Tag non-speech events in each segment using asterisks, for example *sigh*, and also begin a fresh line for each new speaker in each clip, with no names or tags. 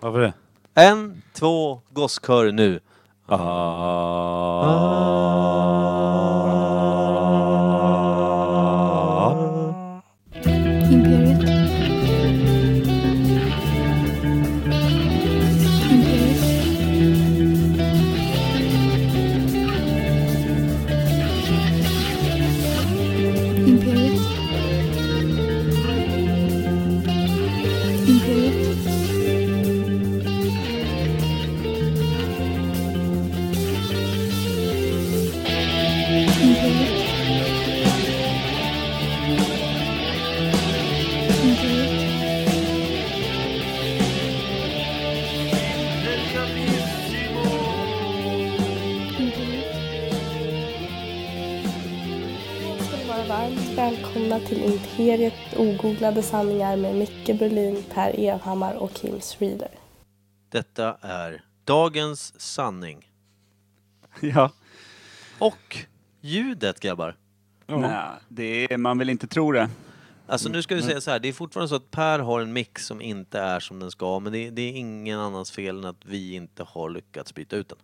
Varför det?
En, två, gosskör nu.
Ah.
Imperiet. Imperiet. Imperiet. Imperiet. Imperiet. Imperiet. Imperiet.
ska ni vara varmt välkomna till Imperiet ogooglade sanningar med Micke Berlin, Per Evhammar och Kim Reader.
Detta är dagens sanning.
*laughs* Ja.
Och ljudet grabbar.
Nej, det är, man vill inte tro det.
Alltså nu ska vi säga så här, det är fortfarande så att Per har en mix som inte är som den ska men det, det är ingen annans fel än att vi inte har lyckats byta ut den.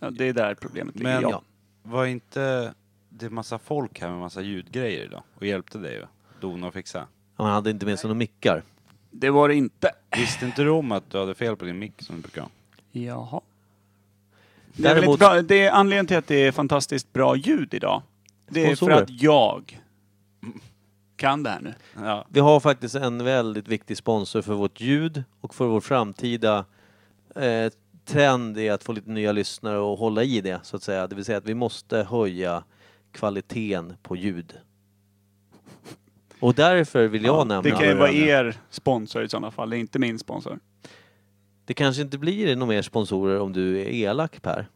Ja, det är där problemet ligger.
Men-
ja.
Var inte det är massa folk här med massa ljudgrejer idag och hjälpte dig att dona och fixa?
Han hade inte med sig några mickar.
Det var det inte.
Visste inte du om att du hade fel på din mick som du brukar ha?
Jaha. Det är, väl
Däremot-
lite bra. det är anledningen till att det är fantastiskt bra ljud idag. Det är för
Sponsorer.
att jag kan det här nu.
Ja.
Vi har faktiskt en väldigt viktig sponsor för vårt ljud och för vår framtida eh, trend är att få lite nya lyssnare och hålla i det så att säga. Det vill säga att vi måste höja kvaliteten på ljud. Och därför vill jag nämna...
det kan ju vara er sponsor i sådana fall, det är inte min sponsor.
Det kanske inte blir några mer sponsorer om du är elak Per.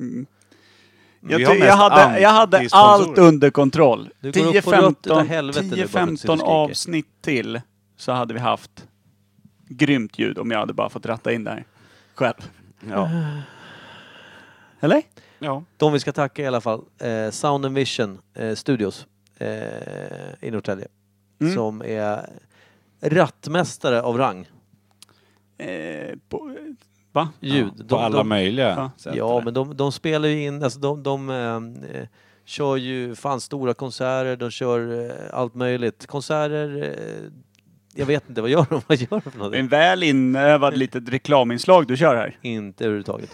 Mm.
Vi
Jag,
har
ty-
mest
jag hade, jag hade
anti-sponsorer.
allt under kontroll.
Du går upp på rött utav helvete nu bara för att du
10-15
sitter och skriker.
avsnitt till så hade vi haft grymt ljud om jag hade bara fått ratta in det här själv.
Ja.
*laughs* Eller?
ja.
De vi ska tacka i alla fall, eh, Sound and Vision eh, Studios eh, i Norrtälje.
Mm.
Som är rattmästare av rang.
Eh, på, va?
Ljud.
På alla
de,
möjliga
Ja.
sätt.
Ja, men de, de spelar ju in, alltså de, de eh, eh, kör ju fan stora konserter, de kör eh, allt möjligt. Konserter, eh, jag vet inte, vad gör de? *laughs* Vad gör de för
Det är
någonting?
En väl inövad litet reklaminslag du kör här.
Inte överhuvudtaget.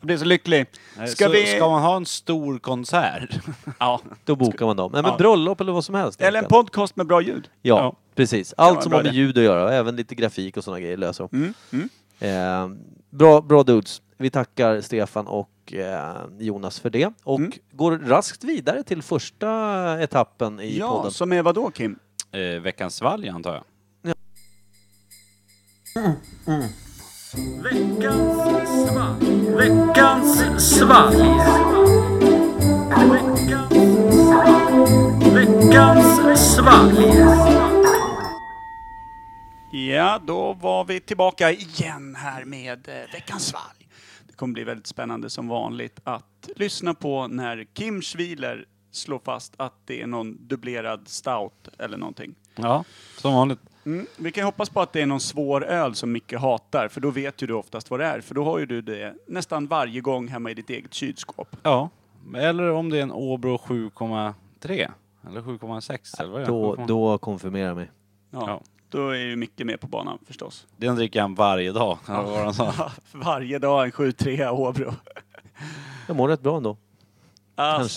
Jag blir så lycklig.
Nej,
Ska
så,
vi-
ska man ha en stor konsert?
*laughs*
Ja.
Då bokar man dem. Nej, men
Ja.
bröllop eller vad som helst.
Eller en
egentligen.
podcast med bra ljud.
Ja,
Ja.
precis.
Ja,
Allt
vad
som
bra
har med
det.
ljud att göra, och även lite grafik och sådana grejer löser de.
Mm. Mm.
Eh, bra, bra dudes. Vi tackar Stefan och eh, Jonas för det. Och
Mm.
går raskt vidare till första etappen i
Ja,
podden.
som är vadå Kim?
Eh, veckans svalg antar jag.
Ja, då var vi tillbaka igen här med eh, veckans svalg. Det kommer bli väldigt spännande som vanligt att lyssna på när Kim Schwiler slår fast att det är någon dubblerad stout eller någonting.
Ja, som vanligt.
Mm. Vi kan ju hoppas på att det är någon svår öl som Micke hatar, för då vet ju du oftast vad det är. För då har ju du det nästan varje gång hemma i ditt eget kylskåp.
Ja. Eller om det är en Åbro 7,3. Eller 7,6 eller vad är det?
Då,
7,3.
då konfirmera mig.
Ja.
Ja.
Då är ju Micke med på banan förstås. *laughs*
Den dricker han varje dag. eller vad han sa.
Varje dag en 7-3 Åbro. Alltså,
Jag mår rätt bra ändå.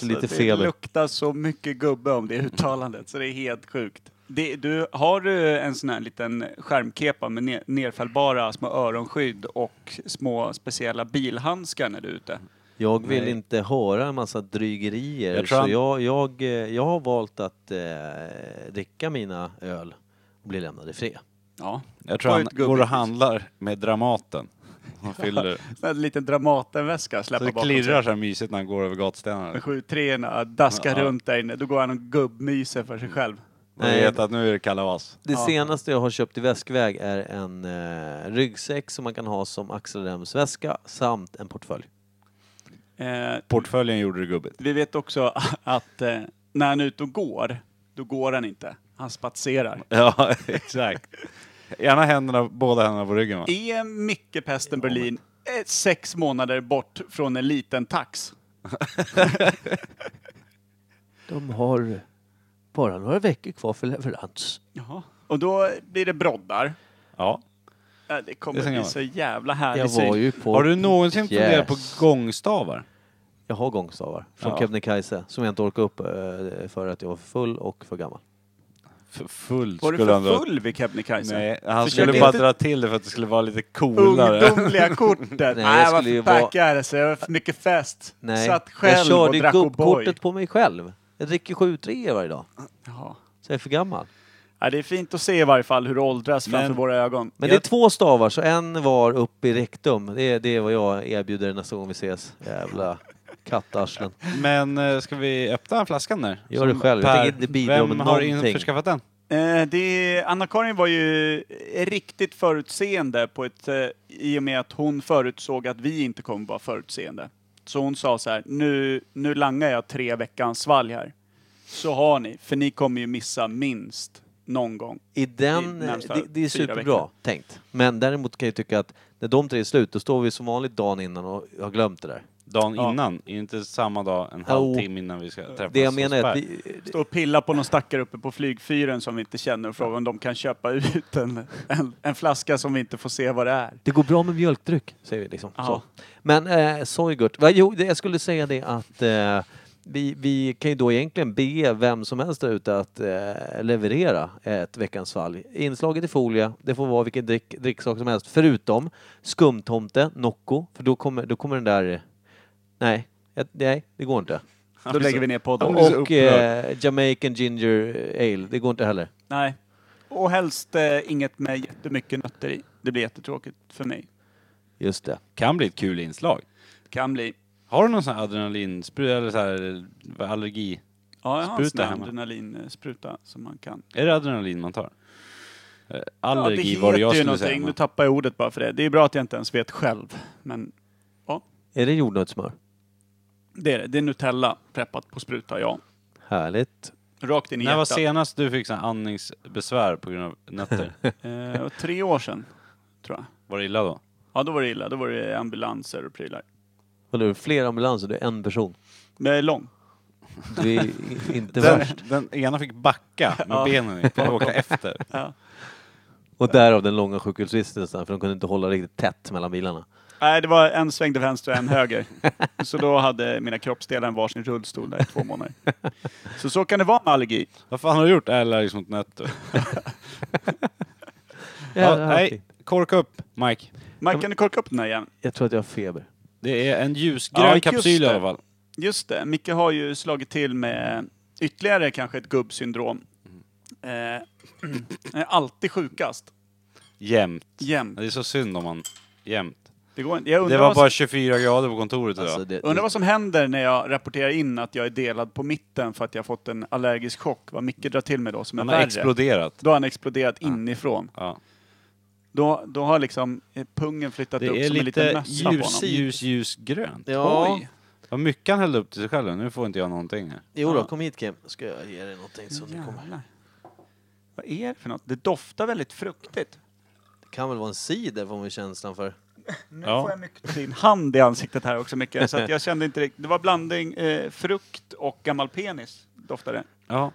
lite
det
feber.
luktar så mycket gubbe om det uttalandet så det är helt sjukt. Det, du, har du en sån här liten skärmkepa med ne- nerfällbara små öronskydd och små speciella bilhandskar när du är ute?
Jag vill
Nej.
inte höra en massa drygerier.
Jag
Jag
tror
så
han-
jag, jag, eh, jag har valt att eh, dricka mina öl och bli lämnade fria.
Ja.
Jag tror
Var
han
ett gubbigt.
går och handlar med
*laughs*
Dramaten. Han fyller.
Sån här liten Dramatenväska
Så
släppa
det
bakom
klirrar
sig.
så här mysigt när han går över gatstenarna.
Med 7-3 daskar
Ja.
runt där inne. Då går han och gubbmyser för sig själv.
Och jag vet att nu är det kalas.
Det
Ja.
senaste jag har köpt i väskväg är en eh, ryggsäck som man kan ha som axelremsväska samt en portfölj.
Eh,
Portföljen gjorde det gubbigt. *laughs*
vi vet också *laughs* att eh, när han är ute och går, då går han inte. Han spatserar.
Ja, exakt.
Gärna händerna, båda händerna på ryggen va?
Är mycket pesten Berlin eh, sex månader bort från en liten tax?
De har bara några veckor kvar för leverans.
Jaha. Och då blir det broddar.
Ja.
Ja, det
Det
kommer
är så
bli
gammalt.
så jävla
Jag
härlig
var
syn.
ju på...
Har du någonsin
Yes.
funderat på gångstavar?
Jag har gångstavar från
Ja.
Kebnekaise som jag inte orkade upp eh, för att jag var för full och för gammal.
För full
Var du
skulle han
för
dra-
full vid Kebnekaise?
Nej, han
Försök
skulle bara
inte-
dra till det för att det skulle vara lite coolare.
*laughs*
Ungdomliga kortet. Nej, jag var
skulle ju
för
vara-
packad så jag var för mycket fest.
Nej,
Satt
jag
själv och
körde ju
drack O'boy.
gubbkortet på mig själv. Jag dricker 7-3 varje dag,
Jaha.
så jag är för gammal.
Ja, det är fint att se i varje fall hur det åldras framför
Men-
våra ögon.
Men
Jag-
det är två stavar, så en var upp i rektum. Det är, det är vad jag erbjuder nästa gång vi ses. Jävla kattarslen.
Men eh, ska vi öppna flaskan där?
Gör det själv. Jag tänker inte bidra
vem
med
har
någonting.
införskaffat den?
Eh, det, Anna-Karin var ju eh, riktigt förutseende på ett, eh, i och med att hon förutsåg att vi inte kommer vara förutseende. Så hon sa så här, nu, nu langar jag tre veckans svalg här. Så har ni, för ni kommer ju missa minst någon gång.
I den,
I närmsta
det, det är
fyra
superbra
veckor.
tänkt. Men däremot kan jag tycka att när de tre är slut, då står vi som vanligt dagen innan och har glömt det där.
Dagen
Ja.
innan, inte samma dag, en
Jo.
halvtimme innan vi ska träffas.
Det jag
hos
menar är att
Per.
vi,
Stå och pilla på någon stackare uppe på flygfyren som vi inte känner och fråga om de kan köpa ut en, en, en flaska som vi inte får se vad det är.
Det går bra med mjölkdryck, säger vi liksom.
Ja.
Så. Men eh, Soygurt, va, jo, det, jag skulle säga det att eh, vi, vi kan ju då egentligen be vem som helst där ute att eh, leverera ett veckans svalg. Inslaget i folie, det får vara vilken drick, dricksak som helst, förutom skumtomte, Nocco, för då kommer, då kommer den där... Nej, jag, nej, det går inte.
Då lägger vi ner podden.
blir så
Och
upprörd.
eh, Jamaican Ginger Ale, det går inte heller.
Nej. Och helst eh, inget med jättemycket nötter i. Det blir jättetråkigt för mig.
Just det.
Kan bli ett kul inslag.
Kan bli.
Har du någon sån här adrenalinspruta eller så här eh, allergi?
Ja, jag har en sån
Spruta
här
hemma.
adrenalinspruta som man kan.
Är det adrenalin man tar? Eh,
Ja, det
Allergi
heter
var det jag
ju
skulle
någonting.
säga.
Nu
men-
tappar jag ordet bara för det. Det är bra att jag inte ens vet själv. Men
Är det jordnötssmör?
det är det. Det är Nutella preppat på spruta, ja.
Härligt.
Rakt in i
När var
hjärtat.
senast du fick sån här andningsbesvär på grund av
*laughs*
nötter?
Eh, och tre år sedan, tror jag.
Var det illa då?
Ja, då var det illa. Då var det ambulanser och prylar.
Och nu flera ambulanser, det är en person.
Men jag är lång.
Det är inte
Den,
värst.
den ena fick backa med
Ja.
benen i, för att *laughs* åka efter.
Och därav den långa sjukhusvistelsen, för de kunde inte hålla riktigt tätt mellan bilarna.
Nej, det var en sväng till vänster och
*laughs*
en höger. Så då hade mina kroppsdelar en varsin rullstol där i två månader. Så så kan det vara med allergi.
Vad fan har du gjort? Äh, Allergisk mot
*laughs*
nötter. Ja, nej, kork upp Mike.
Mike, kan du korka upp den här igen?
Jag tror att jag har feber.
Det är en ljusgrön
Ja, just
kapsyl i
det.
alla fall.
Just det, Micke har ju slagit till med ytterligare kanske ett gubbsyndrom. Eh, *clears throat* är alltid sjukast.
Jämt.
Jämt.
Det är så synd om man jämt.
Det går inte. Jag
Det
undrar,
var
vad, som,
bara 24 grader på kontoret idag.
Alltså, det,
undrar vad som händer när jag rapporterar in att jag är delad på mitten för att jag fått en allergisk chock. Vad Micke drar till med då som är
Han har
värre.
exploderat.
då har han exploderat inifrån.
Ja.
Då, då har liksom eh, pungen flyttat upp
Det är
som en liten
lite
mössa på honom.
ljus, ljus, ljusgrönt.
ja.
Oj.
Vad mycket han hällde upp till sig själv. Nu får inte jag någonting här.
Jo då, kom hit Kim. Ska jag ge dig någonting som du kommer...
Jävlar. Vad är det för något? Det doftar väldigt fruktigt.
Det kan väl vara en cider får man ju känslan för.
Nu
Ja.
får jag mycket din hand i ansiktet här också mycket. så att jag kände inte riktigt. Det var blandning eh, frukt och gammal penis doftade.
Ja.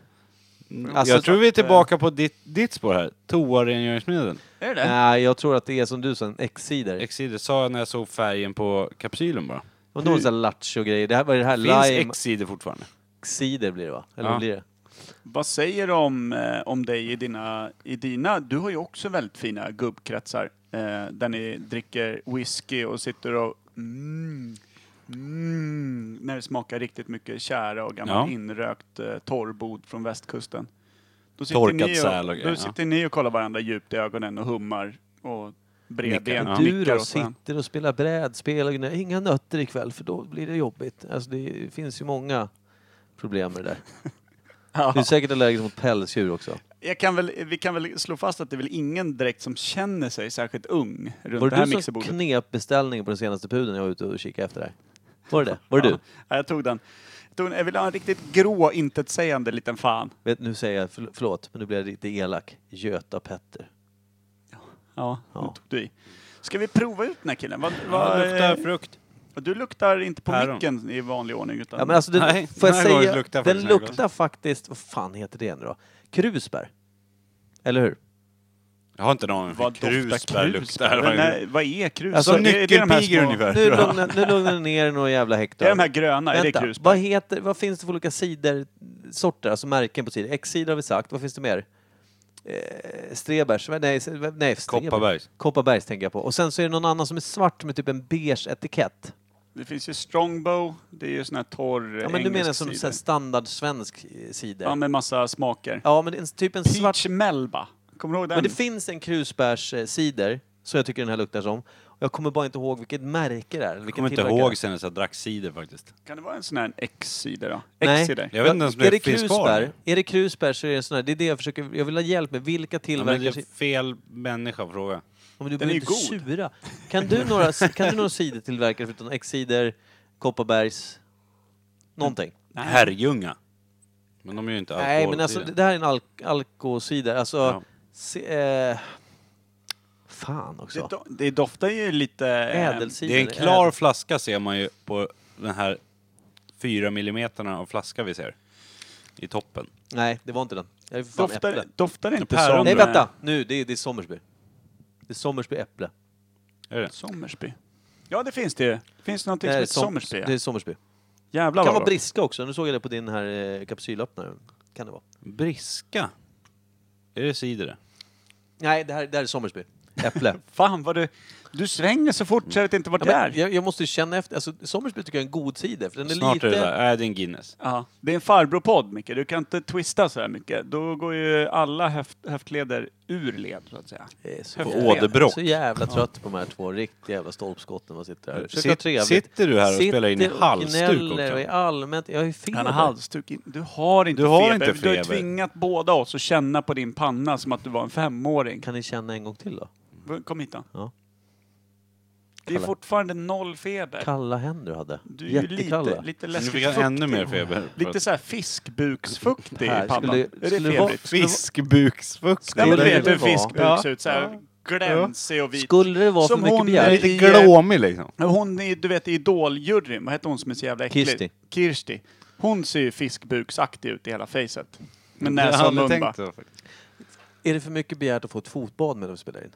Alltså,
jag tror
eh,
vi är tillbaka på ditt, ditt spår här. Toarengöringsmedel.
Är det det?
Nej, jag tror att det är som du sa, en X-cider.
Exider sa jag när jag såg färgen på kapsylen bara.
Och någon sån här lattjo-grej. Det här var det här
Finns
lime
Exider fortfarande?
cider blir det va? Eller
Ja.
vad blir det?
Vad säger de om, eh, om dig i dina, i dina... Du har ju också väldigt fina gubbkretsar. Eh, där ni dricker whisky och sitter och... Mm, mm, när det smakar riktigt mycket tjära och gammal
Ja.
inrökt eh, torrbod från västkusten. Då
Torkat
ni
säl och
och,
grejer, ja.
Då sitter ni och kollar varandra djupt i ögonen och hummar och bredbent
Nickar, ja.
Du
nickar
då
åt varandra.
sitter och spelar brädspel och gnä- inga nötter ikväll för då blir det jobbigt. Alltså det finns ju många problem med det där. *laughs* Du är
Ja.
säkert allergisk mot pälsdjur också.
Jag kan väl, vi kan väl slå fast att det är väl ingen direkt som känner sig särskilt ung runt
Var det
det här
du som
mixerbordet.
knep beställningen på den senaste pudeln jag var ute och kikade efter där? Var det det? Var det du?
Ja, jag tog den. Jag tog den. Jag ville ha en riktigt grå, intetsägande liten fan.
Vet, nu säger jag, förl- förlåt, men nu blir jag lite elak. Göta Petter.
Ja, nu
Ja.
tog du i. Ska vi prova ut den här killen? Vad,
Ja,
vad, eh,
det luktar frukt.
Du luktar inte på
Päron.
micken i vanlig ordning utan...
Ja, men alltså, den,
Nej,
får jag
den här gången
säga,
luktar
den
faktiskt den här
luktar faktiskt, vad fan heter det nu då? Krusbär. Eller
*laughs*
hur?
Jag har inte någon aning om
vad
hur krusbär luktar. Alltså,
Men nej, vad är krus?
Alltså,
Det- det är de här
nyckelpigor
små-
ungefär.
Nu lugnar, nu lugnar ni ner er några jävla
Det
hektar.
är de här gröna, är det
Vänta,
krus?
vad, heter, vad finns det för olika sidor, sorter, alltså märken på sidor? X-sidor har vi sagt, vad finns det mer? Eh, Strebers, nej, nej Strebers.
Kopparbergs.
Kopparbergs tänker jag på. Och sen så är det någon annan som är svart med typ en beige etikett.
Det finns ju Strongbow, det är ju sån här torr
Ja, men du
engelsk
menar som så
cider.
här standard svensk eh, cider?
Ja, med massa smaker.
Ja, men en, typ en
Peach
svart
Melba. Kommer du ihåg den?
Men det finns en krusbärscider, så jag tycker den här luktar som. Och Jag kommer bara inte ihåg vilket märke det är.
Jag
vilken
kommer inte
tillverkare.
ihåg senast jag drack cider faktiskt.
kan det vara en sån här X-cider då?
Nej.
X-cider.
Jag vet inte ens om
är
det
det
finns kvar.
krusbär,
nu.
är det krusbär så är det en sån här, det är det jag försöker, jag vill ha hjälp med, vilka
Ja, men det
tillverkare...
är fel människa att fråga.
Ja, men du
Den är
behöver
ju
inte
god.
sura. Kan du några, kan du några cidertillverkare förutom X-cider, Kopparbergs, någonting?
Nej.
Herrljunga. Men de är ju inte
Nej, men alltså det
alkoholfria.
det här är en alk- alkocider, alltså...
Ja.
Se, eh, fan
Det,
också.
do- det doftar ju lite... eh,
Ädelcider.
Det är en klar
ädel-
flaska ser man ju på den här 4 millimeterna av flaska vi ser. I toppen.
Nej, det var inte den. Jag är fan äpple.
Doftar, doftar det inte
Päron.
som...
Nej
Nej,
vänta, nu, det är, det är Sommersby. Det är Sommersby äpple.
Är det?
Sommersby. Ja, det finns det ju. Finns det någonting
Nej, det är
som heter
Eh, som-
Sommersby?
Det är Sommersby.
Jävlar
kan
vad
vara
bra.
briska också, nu såg jag det på din här eh, kapsylöppnare. Kan det vara.
Briska? Är det cider det?
Nej, det här, det här är Sommersby.
*laughs*
Äpple.
Fan vad du... Du svänger så fort så jag vet inte vart
Ja,
det
men,
är.
jag, jag måste ju känna efter, alltså Sommersby tycker jag är en god cider, för den är
Snart
lite...
är det där. Nej, det är en Guinness.
Ja, det är en farbrorpodd Micke, du kan inte twista så här mycket. Då går ju alla höft, höftleder ur led så att säga.
Jag är Eh, så,
På
jävla-
åderbråck.
så jävla trött på de här två riktiga jävla stolpskotten man sitter här. Försöker ha
Sit-
trevligt.
sitter du här och spelar in i
Sitter och
halsduk
gnäller
också?
och är allmänt... Jag har ju feber.
Han har halsduk in. Du har inte
Du har
feber.
inte
Du har
feber.
tvingat båda oss att känna på din panna som att du var en femåring.
Kan ni känna en gång till då?
Kom hit då.
Ja.
Det är
Kalla.
fortfarande noll feber.
Kalla händer du hade.
Du är ju
Jättekalla.
lite, lite
Nu
läskigt
fick jag ännu
fuktig.
mer feber.
Lite så här fiskbuksfuktig
Här,
i pannan.
skulle-
är det
skulle
febrigt?
vara-
Fiskbuksfukt.
Nej, men du
skulle
vet
det
hur
vara-
fiskbuk ser ut. Så
Ja.
här glänsig och vit.
Skulle det vara
Som
för mycket
hon
begärt?
är
Lite
i-
glåmig liksom.
Men Hon är, du vet, i Idol-juryn, vad heter hon som är så jävla äcklig?
Kirsti.
Kirsti. Hon ser ju fiskbuksaktig ut i hela facet. Med
Jag
näsa
hade
och mun bara.
tänkt så faktiskt.
Är det för mycket begärt att få ett fotbad medan vi spelar in?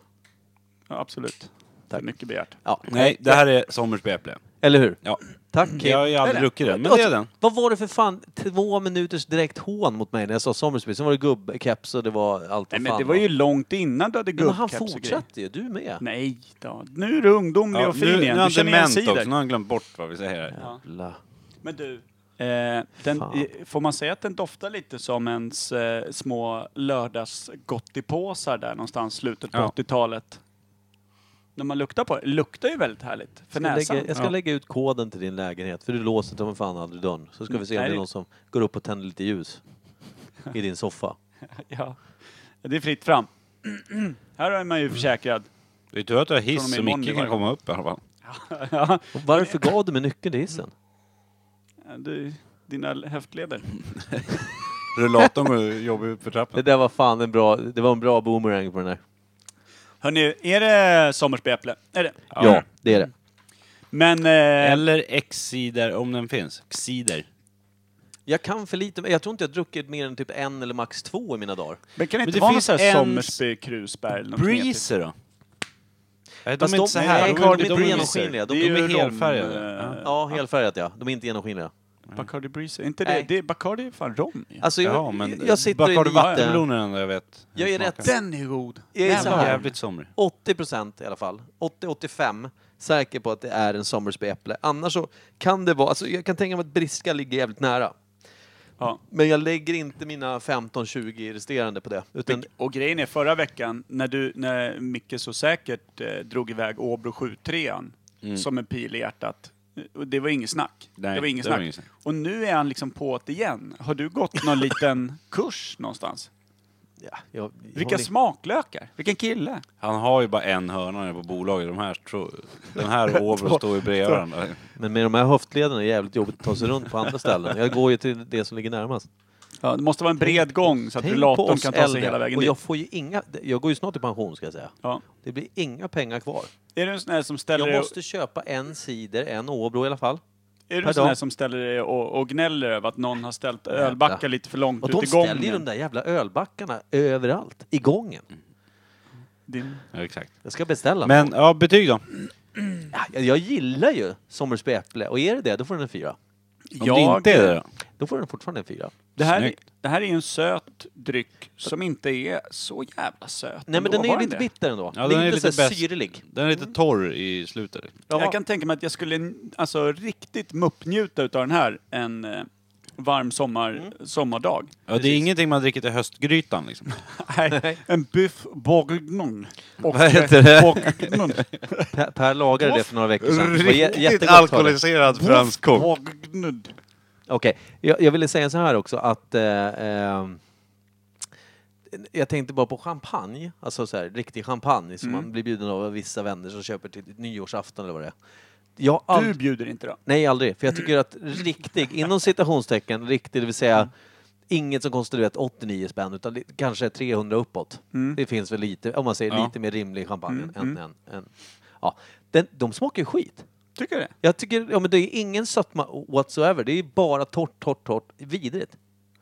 Ja, absolut. Det är mycket begärt.
Ja.
Nej, det här är Sommersby äpple.
Eller hur?
Ja.
Tack.
Mm. Jag har ju aldrig druckit den, men det är den.
Vad var det för fan två minuters direkt hån mot mig när jag sa Sommersby? Sen var det gubbkeps och det var allt
Nej,
vad
men
fan
det var ju långt innan du hade
Ja, Men han
gubbkeps och grejer.
fortsatte ju, du med.
Nej då. Nu är du ungdomlig
Ja,
och
nu,
fin
nu
igen.
har
Du
han
känner igen
dement också,
cider.
nu har han glömt bort vad vi säger här.
Jävla.
Men du. Eh, den,
Fan.
eh, får man säga att den doftar lite som ens eh, små lördagsgottipåsar där någonstans slutet på
Ja.
80-talet? När man luktar på det. luktar ju väldigt härligt. För
Jag,
näsan.
lägger, jag ska
Ja.
lägga ut koden till din lägenhet, för du låser dem fan aldrig dörren. Så ska vi se om
Nej,
det är
det-
någon som går upp och tänder lite ljus i din soffa.
Ja, det är fritt fram. *clears throat* Här är
Mm.
man ju försäkrad. *laughs*
Det är tur att du har
Från och
hiss
med
så
imorgon
Micke
i varje
kan komma upp i alla fall.
ja,
Och varför gav du mig nyckeln till hissen?
du, dina höftleder.
Rullatorn går jobbar upp för
Det
trappen.
där var fan en bra, det var en bra boomerang på den där.
Hörni, är det sommarspepple? Är det?
Ja, det är det.
Men eh,
Eller X-cider om den finns. Cider.
Jag kan för lite, jag tror inte jag druckit mer än typ en eller max två i mina dagar.
men kan det
Men
inte
det
vara någon
finns
sån här
en-
Sommersby, Krusberg eller något knetigt?
Breezer då? Nej, de
Fast
är
de-
inte så här.
nej,
De,
Cardi
de,
Breezer.
genomskinliga. De,
Det är
de är
ju
helfärgade.
rom, eh,
Ja.
Ja, helfärgat ja. De är inte genomskinliga.
Bacardi Breezer. Inte det?
Nej.
det är Bacardi är fan rom ju.
Alltså jag,
Ja, men
jag sitter
Bacardi
i lite,
vattenmelon är den enda jag vet. hur
Jag är
den smakar.
rätt-
Den är god.
Jag är så
Jävlar.
här.
Jävligt somrig.
80 procent i alla fall, 80-85 säker på att det är en Sommersby äpple. Annars så kan det vara, alltså jag kan tänka mig att briska ligger jävligt nära.
Ja.
Men jag lägger inte mina 15-20 resterande på det. Utan
Och grejen är förra veckan när du, när Micke så säkert eh, drog iväg Åbro 73an som en pil i hjärtat. eh, Och det var inget snack.
Nej,
det var inget
det var
snack.
inget snack.
Och nu är han liksom på det igen. Har du gått någon *laughs* liten kurs någonstans?
ja, jag,
Vilka smaklökar? Vilken kille?
Han har ju bara en hörna nere på bolaget. De här tro, den *laughs* här och Åbro står ju bredvid varandra.
Men med de här höftlederna är det jävligt jobbigt att ta sig runt på andra ställen. Jag går ju till det som ligger närmast.
Ja, det måste vara en bred gång så att
Tänk på
rullatorn
oss
kan ta sig
äldre.
hela vägen
Och
dit.
jag får ju inga, jag går ju snart i pension ska jag säga.
Ja.
Det blir inga pengar kvar.
Är du en sån här som ställer
Jag
dig-
måste köpa en cider, en Åbro i alla fall.
Är du
Per
en sån här
dag.
som ställer dig och, och gnäller över att någon har ställt ölbackar lite för långt
Och
ut
de
i gången?
ställer ju de där jävla ölbackarna överallt, i gången.
Din...
Ja, exakt.
Jag ska beställa.
Men ja, betyg då?
Ja, Jag, jag gillar ju Sommers på äpple och är det det, då får den en fyra.
Om det inte är det då?
Då får den fortfarande en fyra.
Det här,
Snyggt.
det här är ju en söt dryck som inte är så jävla söt.
Nej men
ändå,
den är
var
ju lite
det?
bitter ändå.
Ja,
den
den är
lite,
lite
så här
bäst.
syrlig. Mm.
Den är lite torr i slutet.
Ja.
Jag kan tänka mig att jag skulle alltså, riktigt muppnjuta utav den här en eh, varm sommar,
Mm. *laughs*
sommardag.
Ja, det är ingenting man dricker till höstgrytan *laughs* liksom.
Nej, en biff bourguignon. Och,
Vad heter det? *laughs*
Bourguignon.
Per, per lagade det för några veckor sedan. Det var jä-
Riktigt
jättegott var det.
alkoholiserad fransk kock.
Bourguignon.
Okej, jag, jag ville säga så här också att eh, ehm, jag tänkte bara på champagne, alltså så här, riktig champagne som man blir bjuden av av vissa vänner som köper till nyårsafton eller vad det är. Jag har
Du
aldrig,
bjuder inte då?
Nej, aldrig. För jag tycker att riktig, inom citationstecken, riktig, det vill säga inget som kostar du vet, 89 spänn utan li- kanske 300 uppåt. Det finns väl lite, om man säger
Mm. Ja. Mm,
lite mer rimlig champagne än, än, än ja. Den, de smakar ju skit.
Tycker du det?
Jag tycker, ja men det är ingen sötma whatsoever. Det är bara torrt, torrt, torrt. Vidrigt.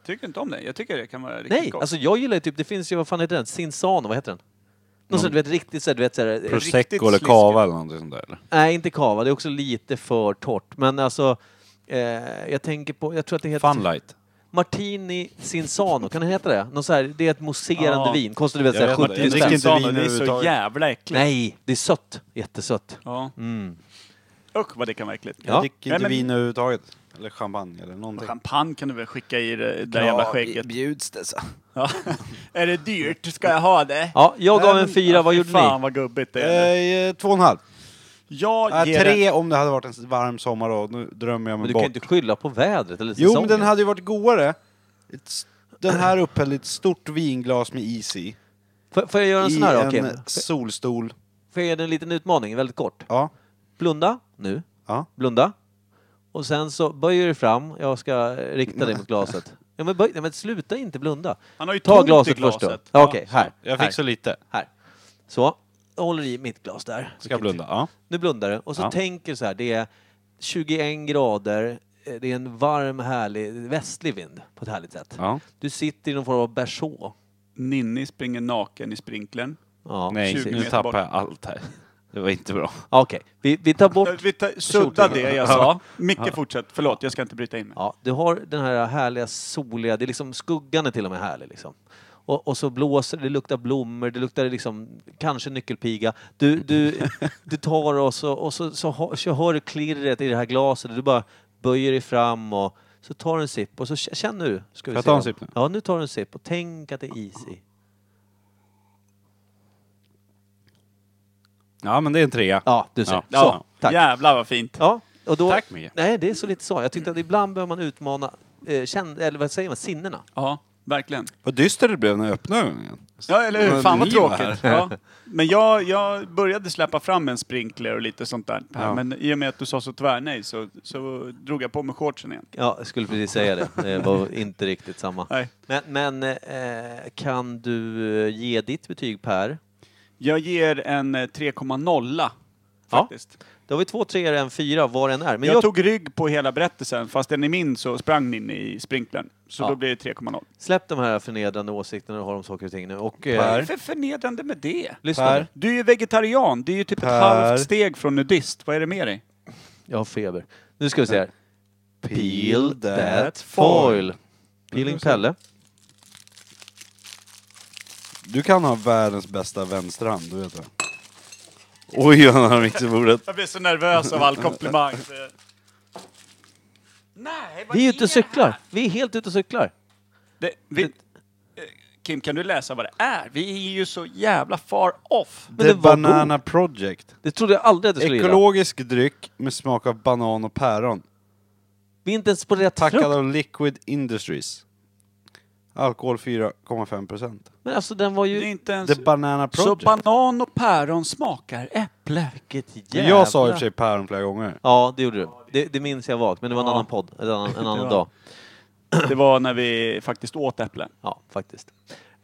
Tycker inte om det? Jag tycker det kan vara riktigt
Nej,
gott.
alltså jag gillar ju typ, det finns ju, vad fan heter den? Sinsano, vad heter den? Någon sån, du vet, riktigt såhär, du vet såhär...
riktigt
Mm. Prosecco eller
sliskigt.
cava eller någonting sånt där eller?
Nej, inte kava, det är också lite för torrt. Men alltså, eh, jag tänker på, jag tror att det heter...
Funlight.
Martini Sinsano, kan det heta det? Någon så här, det är ett mousserande
Ja.
vin, kostar du vet
Jag
såhär
vet inte,
70
jag
Dricker
spänn.
dricker
inte vin
vin
Det är så
överhuvudtaget.
jävla äckligt.
Nej, det är sött. Jättesött.
Ja.
Mm.
Usch vad det kan vara äckligt.
Ja.
Jag dricker
Nej,
inte
men-
vin överhuvudtaget. Eller champagne eller någonting.
Champagne kan du väl skicka i det där jävla skägget.
bjuds det så.
Ja. *laughs* är det dyrt? Ska jag ha det?
Ja, jag gav
Nej,
en
men-
fyra,
ja,
vad
fy
gjorde
fan,
ni?
vad gubbigt det är. nu.
Eh, två och en halv.
Jag
Eh,
ger
tre om det hade varit en varm sommar och nu drömmer jag
Men
mig
du kan
bort.
ju inte skylla på vädret eller säsongen.
Jo, men den hade ju varit godare. Ett, s- den här upphällde i ett stort vinglas med is i.
Får, får jag göra en
I
sån här? Okej.
en eh, solstol.
Får jag ge dig en liten utmaning, väldigt kort?
Ja.
Blunda nu.
Ja.
Blunda. Och sen så böjer du fram. Jag ska rikta dig mot glaset. Ja, men, böj, nej, men sluta inte blunda.
Han har ju
Ta
tomt i
glaset, först då.
glaset.
Ja, Okej, här.
Jag
här,
fick så lite.
här. Så. Jag håller i mitt glas där.
Ska jag blunda? Ja.
Nu blundar du. Och så
Ja.
tänker du så här. Det är 21 grader. eh, Det är en varm, härlig västlig vind på ett härligt sätt.
ja.
Du sitter i någon form av berså.
Ninni springer naken i sprinklern.
Ja,
Nej,
20
nu
meter
tappar
bort.
jag allt här. Det var inte bra.
Ja, Okej, vi, vi tar
*laughs*
bort
Vi tar- sudda det jag sa. Micke fortsätt. Förlåt, jag ska inte bryta in mig.
Ja, du har den här härliga soliga, det är liksom skuggan är till och med härlig liksom. Och, och så blåser det, det luktar blommor, det luktar liksom kanske nyckelpiga. Du, du,
*laughs*
du tar och, så, och så, så, hör- så hör du klirret i det här glaset och du bara böjer dig fram och så tar du en sipp och så k- känner du. Ska vi
jag
se
ta
om-
en sipp nu?
Ja, nu tar du en sipp och tänk att det är is i.
Ja, men det är en trea.
Ja, du ser.
Ja.
Så,
Ja.
tack.
Jävlar vad fint.
Ja, och då,
Tack, Mia.
Nej, det är så lite så. Jag tyckte att ibland behöver man utmana eh, känd, eller vad säger man, sinnena.
Ja, verkligen.
Vad dyster det blev när jag öppnade ugnen.
Ja, eller hur?
Men
Fan vad
ni var
tråkigt. Ja. Men jag, jag började släppa fram en sprinkler och lite sånt där.
Ja.
Men i och med att du sa så tvärnej så, så drog jag på mig shortsen igen.
Ja, jag skulle precis säga det. Det var inte riktigt samma.
Nej.
Men, men eh, kan du eh, ge ditt betyg Per?
Jag ger en eh, 3,0 faktiskt.
Då har vi två treor och en fyra, var den är. Men
jag,
jag,
tog rygg på hela berättelsen, fast den är min så sprang den in i sprinklern. Så
Ja.
då blir det 3,0.
Släpp de här förnedrande åsikterna du har om saker och ting nu. Och, eh,
Vad är
Per.
det för förnedrande med det?
Lyssna
Per.
nu.
Du är ju vegetarian, det är ju typ ett
Per.
halvt steg från nudist. Vad är det med dig?
Jag har feber. Nu ska vi se här.
Peel that
foil.
foil.
Peeling Pelle.
Du kan ha världens bästa vänsterhand, du vet det. Oj, han har mitt i bordet.
Jag blir så nervös av all *laughs* komplimang. Nej, vad
Vi är ute och cyklar. Vi är helt ute och cyklar.
Det, vi, eh, Kim, kan du läsa vad det är? Vi är ju så jävla far off.
Men det
The
var
Banana Project.
Det trodde jag aldrig att du skulle gilla.
Ekologisk dryck med smak av banan och päron.
Vi är inte ens på rätt
Tackad
frukt.
av Liquid Industries. Alkohol 4,5 procent.
Men alltså den var
Det är
ju...
inte ens...
The Banana
Så
Project.
banan och päron smakar äpple.
Vilket jävla...
Men jag sa i och för sig päron flera gånger.
Ja, det gjorde du. Det, det minns jag vagt, men det var en
Ja.
annan podd, en annan, en
Det
annan
var-
dag.
Det var när vi faktiskt åt äpple.
Ja, faktiskt.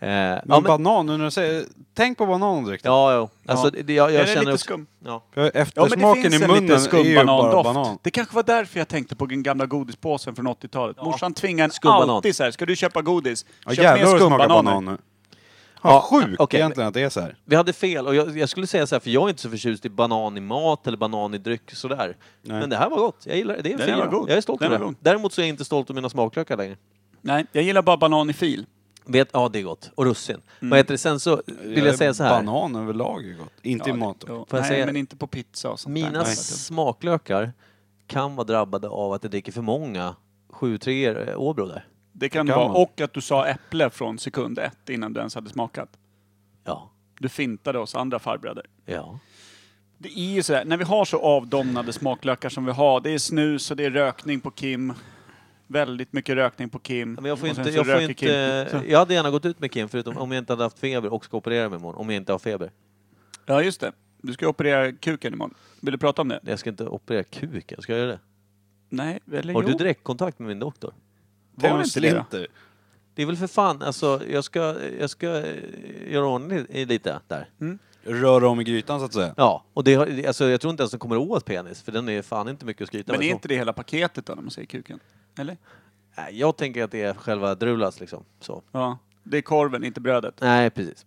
Eh, ja,
Men
men,
banan, nu när du säger, tänk på banan direkt.
ja, jo. Alltså, det- Jag,
Den
jag
är
känner
lite
också...
skum.
Ja.
För
Ja, men det
Eftersmaken
finns
i
en
munnen
liten
är ju bara
skumbanandoft.
banan.
Det kanske var därför jag tänkte på den gamla godispåsen från 80-talet. Morsan tvingade en
Skumbanan.
alltid så här, ska du köpa godis?
Ja,
Köp
jävlar
mer
vad det smakar
skumbananer."
banan nu. Ja, sjukt
okej.
egentligen att det är så här.
Vi hade fel och jag, jag skulle säga så här, för jag är inte så förtjust i banan i mat eller banan i dryck sådär.
Nej.
Men det här var gott. Jag gillar det. Det är en
Den
fyra.
var god.
Jag är stolt
Den
över
var
det.
god.
Däremot så är jag inte stolt över mina smaklökar längre.
Nej, jag gillar bara banan i fil.
Vet, ja, det är gott. Och russin. Vad heter det? Sen så vill jag säga så här.
Banan överlag är gott. Inte
Ja,
i mat.
ja.
Får jag
Nej,
säga-
men inte på pizza och sånt där.
Mina
Nej.
smaklökar kan vara drabbade av att jag dricker för många 7-3 Åbro där.
Det kan
Kan
vara.
man.
Och att du sa äpple från sekund ett innan du ens hade smakat.
Ja.
Du fintade oss andra farbröder.
Ja.
Det är ju sådär, när vi har så avdomnade smaklökar som vi har. Det är snus och det är rökning på Kim. Väldigt mycket rökning på Kim.
Men jag får
Och sen
inte,
så
jag får
röker Kim.
inte,
Så-
jag hade gärna gått ut med Kim förutom om jag inte hade haft feber och ska operera mig imorgon. Om jag inte har feber.
Ja, just det. Du ska ju operera kuken imorgon. Vill du prata om det?
Jag ska inte operera kuken, ska jag göra det?
Nej, eller
Har
jo.
du direktkontakt med min doktor?
Var det
Tänk
inte det då?
slinter.
Det är väl för fan, alltså jag ska, jag ska eh, göra ordning i- i lite där.
Mm.
Rör om i grytan så att säga.
Ja, och det, har- alltså, jag tror inte ens de kommer åt penis, för den är fan inte mycket att skryta
Men
med.
är
så.
inte det hela paketet då, när man säger kuken? Eller?
Nej, jag tänker att det är själva drulas liksom. Så.
Ja. Det är korven, inte brödet.
Nej, precis.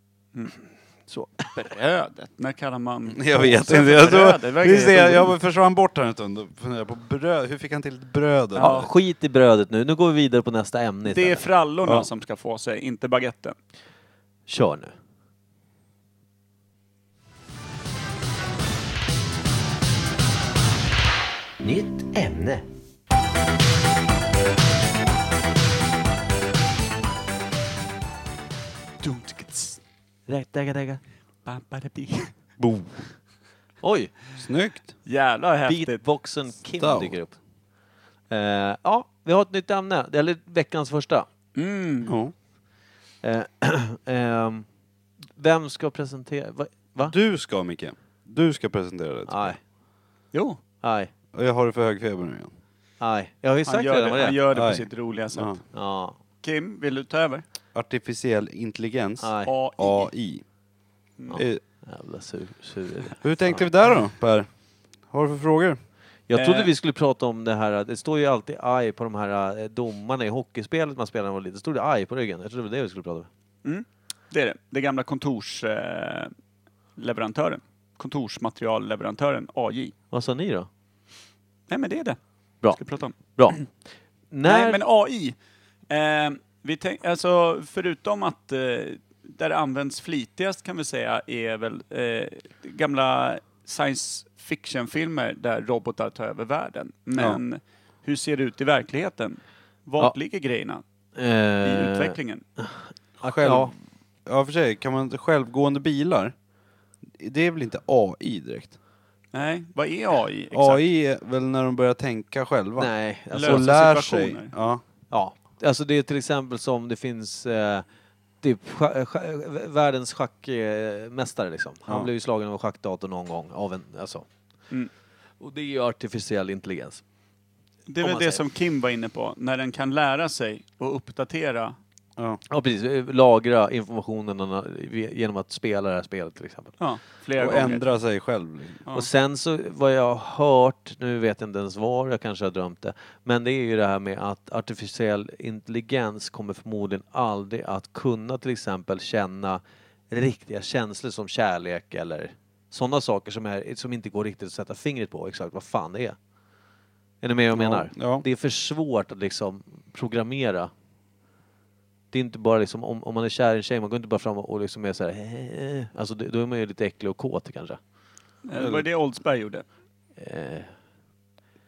Så.
Brödet? När kallar man...
*laughs* Jag vet
påsen
inte.
för
Jag,
bröd? Det
tror,
verkar
visst, är jag,
helt
jag försvann bort här en stund och funderade på bröd. Hur fick han till brödet?
Ja, skit i brödet nu. Nu går vi vidare på nästa ämne
Det är
istället.
frallorna
Ja.
som ska få sig, inte baguetten.
Kör nu. Nytt ämne.
Dunkets. *laughs* Babbarabi.
Bo.
Oj,
Snyggt.
Jävlar vad häftigt.
beatboxen Kim
Stout.
dyker upp. Eh, ja, vi har ett nytt ämne. Eller veckans första.
Mm.
Ja.
Eh, ehm, vem ska presentera? Va? Va?
Du ska Micke. Du ska presentera det.
Nej,
Jo,
nej,
Och jag har det för hög feber nu igen.
nej. Jag har ju
han
sagt redan
gör,
vad
det,
det
han
är.
gör det på
Aj.
sitt roliga sätt.
Ja.
Ja,
Kim, vill du ta över?
Artificiell intelligens.
nej.
AI.
AI.
Ja.
Eh,
Jävla sur, sur.
Hur tänkte vi där då Per? Vad har du för frågor?
Jag trodde
Eh.
vi skulle prata om det här, det står ju alltid aj på de här eh, domarna i hockeyspelet man spelade när man var liten. Stod det aj på ryggen? Jag trodde det var det vi skulle prata om.
Det är det. Det gamla kontorsleverantören. Eh, leverantören. Kontorsmaterialleverantören, AJ.
Vad sa ni då?
Nej men det är det.
Bra.
Ska vi prata om.
Bra.
Nej,
När...
men AI. Eh, vi tänk, alltså, förutom att eh, där det används flitigast kan vi säga är väl eh, gamla science fiction-filmer där robotar tar över världen. Men hur ser det ut i verkligheten? Vart
Ja.
ligger grejerna i
eh,
utvecklingen?
att-
Själv-
Ja,
Ja för sig, kan man självgående bilar? Det är väl inte AI direkt?
Nej, vad är AI? Exakt?
AI är väl när de börjar tänka själva?
nej. Alltså,
alltså, Och
Lösa
lär
situationer.
sig. Ja.
Ja, alltså det är till exempel som det finns eh, typ scha- scha- världens schackmästare liksom. Han
Ja.
blev ju slagen av en schackdator någon gång av en, alltså.
Mm.
Och det är ju artificiell intelligens.
Det är
om
väl
man
det
säger.
som Kim var inne på, när den kan lära sig och uppdatera.
ja.
Ja precis, Eh, lagra informationen ana- genom att spela det här spelet till exempel.
Ja, flera
Och
gånger.
ändra sig själv. liksom.
Ja.
Och sen så vad jag har hört, nu vet jag inte ens var, jag kanske har drömt det, men det är ju det här med att artificiell intelligens kommer förmodligen aldrig att kunna till exempel känna riktiga känslor som kärlek eller sådana saker som, är, som inte går riktigt att sätta fingret på exakt vad fan det är. Är ni med vad jag menar?
ja.
Det är för svårt att liksom programmera. Det är inte bara liksom, om, om man är kär i en tjej, man går inte bara fram och liksom är såhär, "Eh." alltså då då är man ju lite äcklig och kåt kanske.
Det Eh, var det Oldsberg gjorde.
Eh,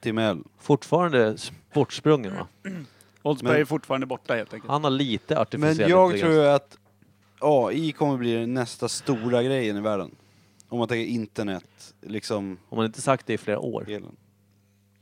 Timell.
Fortfarande bortsprungen va?
Oldsberg
Men-
är fortfarande borta helt enkelt.
Han har lite
Men
artificiell
jag
intelligens.
tror ju att AI kommer bli den nästa stora grejen i världen. Om man tänker internet, liksom
Om man inte sagt det i flera år.
elen.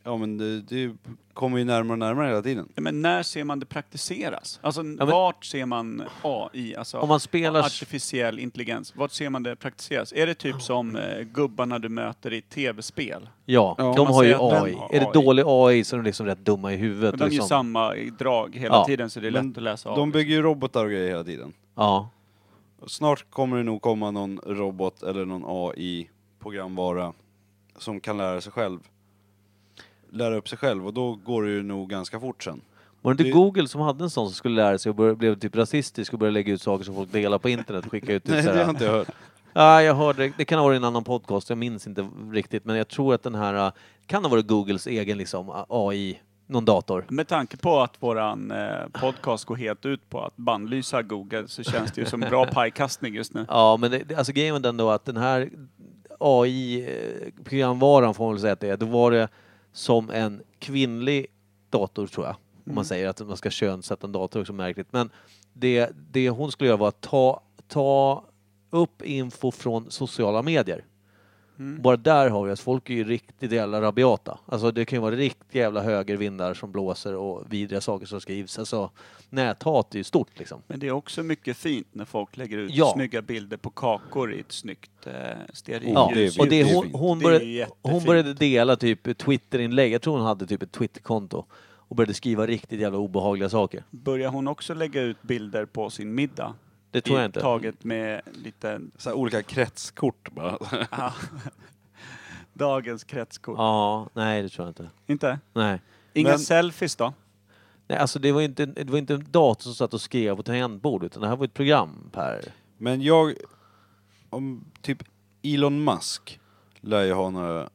Ja men det, det kommer ju närmare och närmare hela tiden.
Nej, Men när ser man det praktiseras? Alltså
men-
vart ser man AI, alltså
Om man spelar-
artificiell intelligens, vart ser man det praktiseras? Är det typ som eh, gubbarna du möter i tv-spel?
Ja,
Ja,
de
man
har ju
säger att
AI.
den har
Är det
AI.
dålig AI så är de liksom rätt dumma i huvudet.
Men de är ju
liksom.
samma i drag hela
Ja.
tiden så det är
Men
lätt att läsa av.
De bygger ju robotar och grejer hela tiden.
Ja.
Och Snart kommer det nog komma någon robot eller någon AI-programvara som kan lära sig själv. Lära upp sig själv och då går det ju nog ganska fort sen.
Var det inte
Det-
Google som hade en sån som skulle lära sig och började, blev typ rasistisk och började lägga ut saker som folk delar på internet och skicka ut? typ
Nej,
så
det
här-
har jag inte hört.
Ja, jag hörde, det kan ha varit en annan podcast, jag minns inte riktigt, men jag tror att den här äh, kan ha varit Googles egen liksom, AI, någon dator.
Med tanke på att våran eh, podcast går helt ut på att bannlysa Google så känns det ju som bra pajkastning just nu.
Ja, men det, det- alltså grejen var den då att den här AI-programvaran får man väl säga att det är, då var det som en kvinnlig dator tror jag. Om man säger att man ska könssätta en dator också märkligt. Men det, det hon skulle göra var att ta, ta upp info från sociala medier. Bara där har vi att folk är ju riktigt jävla rabiata. Alltså det kan ju vara riktigt jävla högervindar som blåser och vidriga saker som skrivs. Alltså näthat är ju stort liksom.
Men det är också mycket fint när folk lägger ut
Ja.
snygga bilder på kakor i ett snyggt eh, stearinljus.
Ja,
det är-
och det,
det är
hon,
fint.
hon,
Det är
började,
jättefint.
hon började dela typ Twitterinlägg, jag tror hon hade typ ett Twitterkonto och började skriva riktigt jävla obehagliga saker.
Börjar hon också lägga ut bilder på sin middag?
Det tror
I
jag inte.
Taget med lite
Så här olika kretskort bara. *laughs*
*laughs* dagens kretskort.
Ja, nej det tror jag inte.
Inte?
Nej.
Inga
Men-
selfies då?
nej alltså det var ju inte, det var inte en dator som satt och skrev på tangentbordet utan det här var ett program Per.
Men jag, om typ Elon Musk lär ju ha några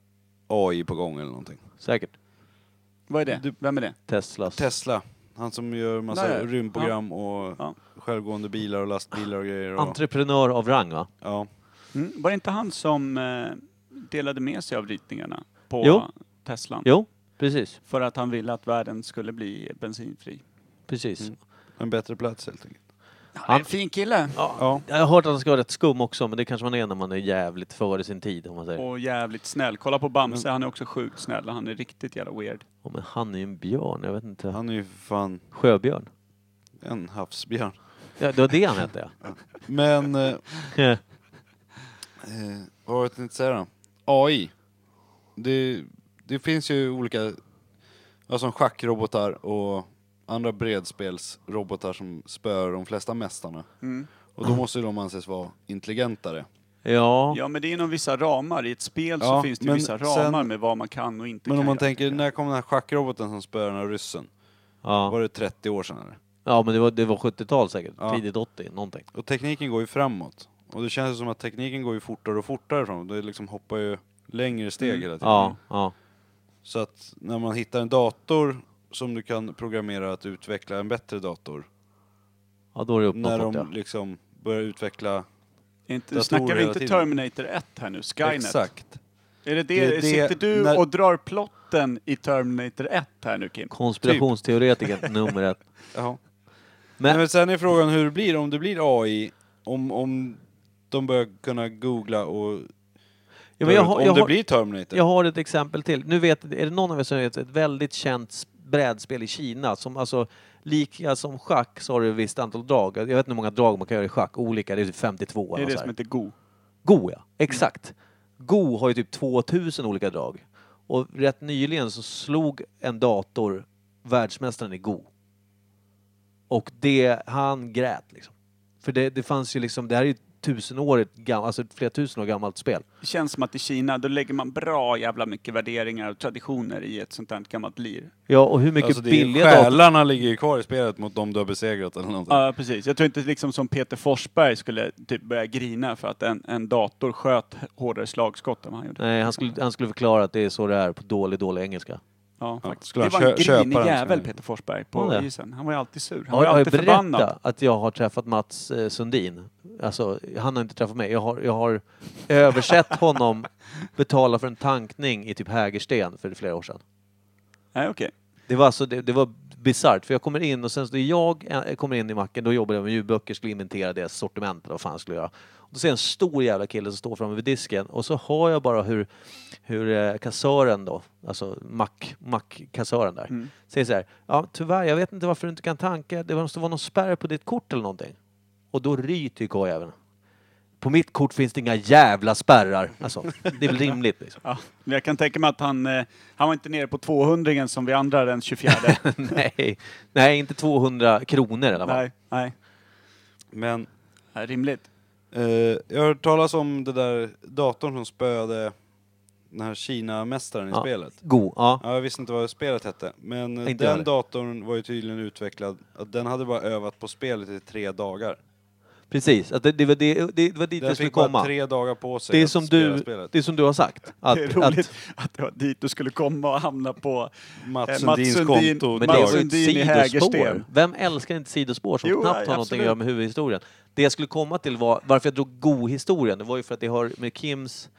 AI på gång eller någonting.
Säkert.
Vad är det?
Du-
Vem är det?
Teslas.
Tesla, han som gör massa
Nej.
rymdprogram och
Ja.
självgående bilar och lastbilar och grejer. Och,
Entreprenör av rang va?
ja.
Mm. Var det inte han som eh, delade med sig av ritningarna på
Jo.
Teslan?
Jo, precis.
För att han ville att världen skulle bli bensinfri.
precis.
En bättre plats helt enkelt.
Han är en fin kille.
Ja.
Jag har hört att han ska vara rätt skum också men det kanske man är när man är jävligt före sin tid om man säger.
Och jävligt snäll. Kolla på Bamse, han är också sjukt snäll. Han är riktigt jävla weird.
Ja, men han är ju en björn, jag vet inte.
Han är ju för fan
Sjöbjörn.
en havsbjörn.
Ja, det var det han hette
Men, eh,
ja. *laughs*
eh, vad var det jag tänkte säga då? AI. Det, det finns ju olika, alltså schackrobotar och andra bredspelsrobotar som spöar de flesta mästarna.
Mm.
Och då måste ju de anses vara intelligentare.
Ja,
Ja men det är inom vissa ramar. I ett spel så
Ja,
finns det ju
men
vissa ramar
sen-
med vad man kan och inte
Men
kan
om man
göra.
tänker, när kom den här schackroboten som spöade den här ryssen?
ja.
Var det 30 år sedan eller?
ja men det var, det var 70-tal säkert,
Ja.
tidigt 80, någonting.
Och tekniken går ju framåt. Och det känns ju som att tekniken går ju fortare och fortare framåt. Det liksom hoppar ju längre steg
Mm.
hela tiden.
Ja, ja.
Så att när man hittar en dator som du kan programmera att utveckla en bättre dator.
ja då är det uppnått
när de
något, ja.
liksom börjar utveckla...
Inte,
datorer
snackar vi
hela
inte
tiden.
Terminator 1 här nu? Skynet?
Exakt.
Är det det,
Det är det-
sitter du
när-
och drar plotten i Terminator 1 här nu Kim? Typ.
Konspirationsteoretiker *laughs* nummer ett.
Jaha.
Men-
Men... men sen är frågan hur det blir, om det blir AI, om, om de börjar kunna googla och...
Ja, men jag, har-
om
jag,
det
har,
blir Terminator.
jag har ett exempel till. Nu vet, är det någon av er som vet ett väldigt känt s- brädspel i Kina som alltså, lika som schack så har du ett visst antal drag. Jag vet inte hur många drag man kan göra i schack, olika, det är typ 52
Det är
eller
det
alltså.
så här.
som heter Go.
Go ja, exakt. Go har ju typ 2000 olika drag. Och rätt nyligen så slog en dator världsmästaren i Go. Och det, han grät liksom. För det, det fanns ju liksom, det här är ju tusenårigt gammalt, alltså flera tusen år gammalt spel.
Det känns som att i Kina, då lägger man bra jävla mycket värderingar och traditioner i ett sånt här gammalt lir.
Ja, och hur mycket
Alltså det är ju,
billiga datorer...
själarna ligger ju kvar i spelet mot dem du har besegrat eller någonting.
Ja, precis. Jag tror inte liksom som Peter Forsberg skulle typ börja grina för att en, en dator sköt hårdare slagskott än vad han gjorde.
Nej, han skulle, han skulle förklara att det är så det är på dålig, dålig engelska.
Ja,
Ja,
faktiskt.
skulle
Det
han
var en
kö- köpa
grinig
den så-
jävel, Peter Forsberg, på
Ja, det.
isen. Han var ju alltid sur. Han
Har
var ju
jag har ju
alltid förbannad.
berättat att jag har träffat Mats eh, Sundin. Alltså, han har inte träffat mig. Jag har, jag har översett honom betala för en tankning i typ Hägersten för flera år sedan.
Nej, okej.
Det var alltså, det, det var bisarrt för jag kommer in och sen så när jag eh, kommer in i macken, då jobbar jag med ljudböcker, skulle inventera deras sortiment eller vad fan skulle jag göra. Och då ser jag en stor jävla kille som står framme vid disken och så hör jag bara hur, hur eh, kassören då, alltså mack, mackkassören där, säger så här, ja tyvärr, jag vet inte varför du inte kan tanka, det måste vara någon spärr på ditt kort eller någonting. Och då ryter ju korjäveln. På mitt kort finns det inga jävla spärrar. Alltså, det är väl rimligt liksom. *laughs*
Ja, men jag kan tänka mig att han, eh, han var inte nere på 200 som vi andra den 24.
*laughs* nej, nej, inte 200 kronor i alla fall.
nej, nej.
Men
Ja, rimligt.
eh, jag har hört talas om det där datorn som spöade den här Kina-mästaren i
Ja.
spelet.
God, ja.
Ja, jag visste inte vad spelet hette. Men
Inte
eh,
jag
den
heller.
datorn var ju tydligen utvecklad, att den hade bara övat på spelet i tre dagar.
Precis, att det, det, var det, det var dit
Den
jag skulle
fick bara
komma.
tre dagar på sig
Det är,
att
som
spela
du,
spelet.
det är som du har sagt. Att,
*laughs* det är
att,
roligt att, det var dit du skulle komma och hamna på
Mats
eh,
Sundins
Sundin-
konto.
men det
Mats
var ju ett
Sundin i Hägersten.
sidospår. Vem älskar inte sidospår som
Jo,
knappt har
nej,
någonting
absolut.
att göra med huvudhistorien? Det jag skulle komma till var, varför jag drog Go-historien, det var ju för att det har med Kims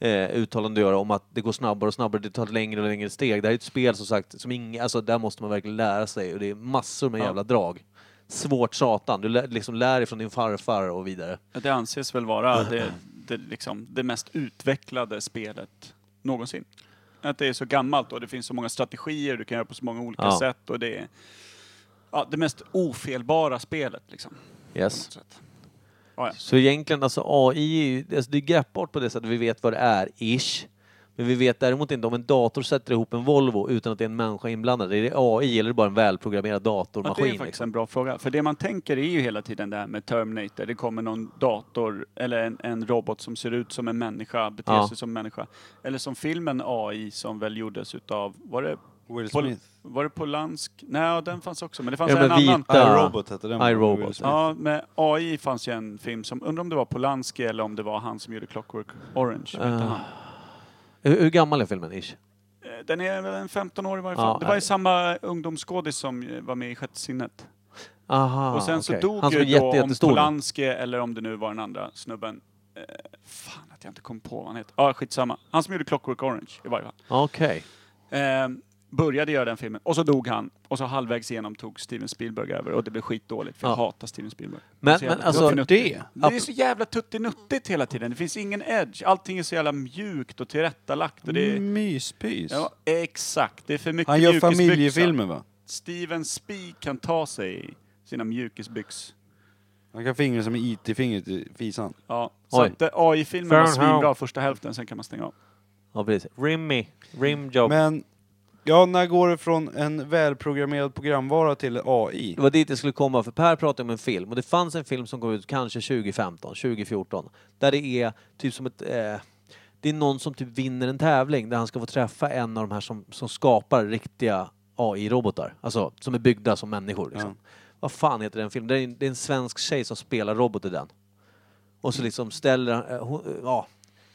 eh, uttalande att göra om att det går snabbare och snabbare, det tar längre och längre steg. Det här är ett spel som sagt, som ingen, alltså där måste man verkligen lära sig och det är massor med jävla drag. Svårt satan, du lär, liksom lär dig från din farfar och vidare.
Det anses väl vara det, det, liksom, det mest utvecklade spelet någonsin. Att det är så gammalt och det finns så många strategier, du kan göra på så många olika
Ja.
sätt och det är ja, det mest ofelbara spelet. Liksom, på
Yes.
något sätt. Ja, ja.
Så egentligen, alltså AI, är ju- alltså det är greppbart på det sättet vi vet vad det är, ish. Men vi vet däremot inte om en dator sätter ihop en Volvo utan att det är en människa inblandad. Är det AI eller är det bara en välprogrammerad
Ja,
datormaskin?
det är faktiskt
liksom?
en bra fråga. För det man tänker är ju hela tiden det här med Terminator. Det kommer någon dator eller en, en robot som ser ut som en människa, beter
Ja.
sig som människa. Eller som filmen AI som väl gjordes utav, var det,
Will
Pol-
Smith.
var det Polansk? Nej, ja, den fanns också, men det fanns
Ja,
en
men
annan.
vita- Ja.
iRobot hette den.
iRobot,
Will Smith.
Ja, med AI fanns ju en film som, undrar om det var Polanski eller om det var han som gjorde Clockwork Orange. vet inte
Ah.
han.
Hur, hur gammal är filmen, ish?
Eh, Den är väl en 15 år i varje fall.
Ja,
det var
nej.
ju samma ungdomsskådis som eh, var med i Sjätte sinnet.
Aha,
Och sen
Ah, okej.
så dog
Han som
ju
är jätte,
då om
jättestor.
Polanski eller om det nu var den andra snubben. Eh, fan att jag inte kom på vad han heter. Ja, ah, skitsamma. Han som gjorde Clockwork Orange i varje fall.
Okej.
Eh, började göra den filmen och så dog han. Och så halvvägs igenom tog Steven Spielberg över och det blev skitdåligt för jag
Ja.
hatar Steven Spielberg. Han är
Men,
så
men
jävla
alltså...
tuttinuttig. Det är
Ab-
så jävla tuttinuttigt hela tiden. Det finns ingen edge. Allting är så jävla mjukt och tillrättalagt. Och det är,
Myspys.
ja, exakt. Det är för mycket
Mm. Han gör
mjukisbyxa.
familjefilmer va?
Steven Spee kan ta sig i sina mjukisbyxor.
Han kan fingra som IT-fingret i fisan.
Ja, så
Oj.
att eh, AI-filmen var
Fair enough.
svinbra första hälften, sen kan man stänga av.
Ja, precis. Rimmy. Rimjob.
Men, ja, när går det från en välprogrammerad programvara till AI?
Det var dit jag skulle komma, för Per pratade om en film och det fanns en film som kom ut kanske 2015, 2014. Där det är typ som ett... Eh, det är någon som typ vinner en tävling där han ska få träffa en av de här som, som skapar riktiga AI-robotar. Alltså som är byggda som människor. Liksom. Vad fan heter den filmen? Det är, en- det är en svensk tjej som spelar robot i den. Och så liksom ställer han... Eh, hon, eh, ja,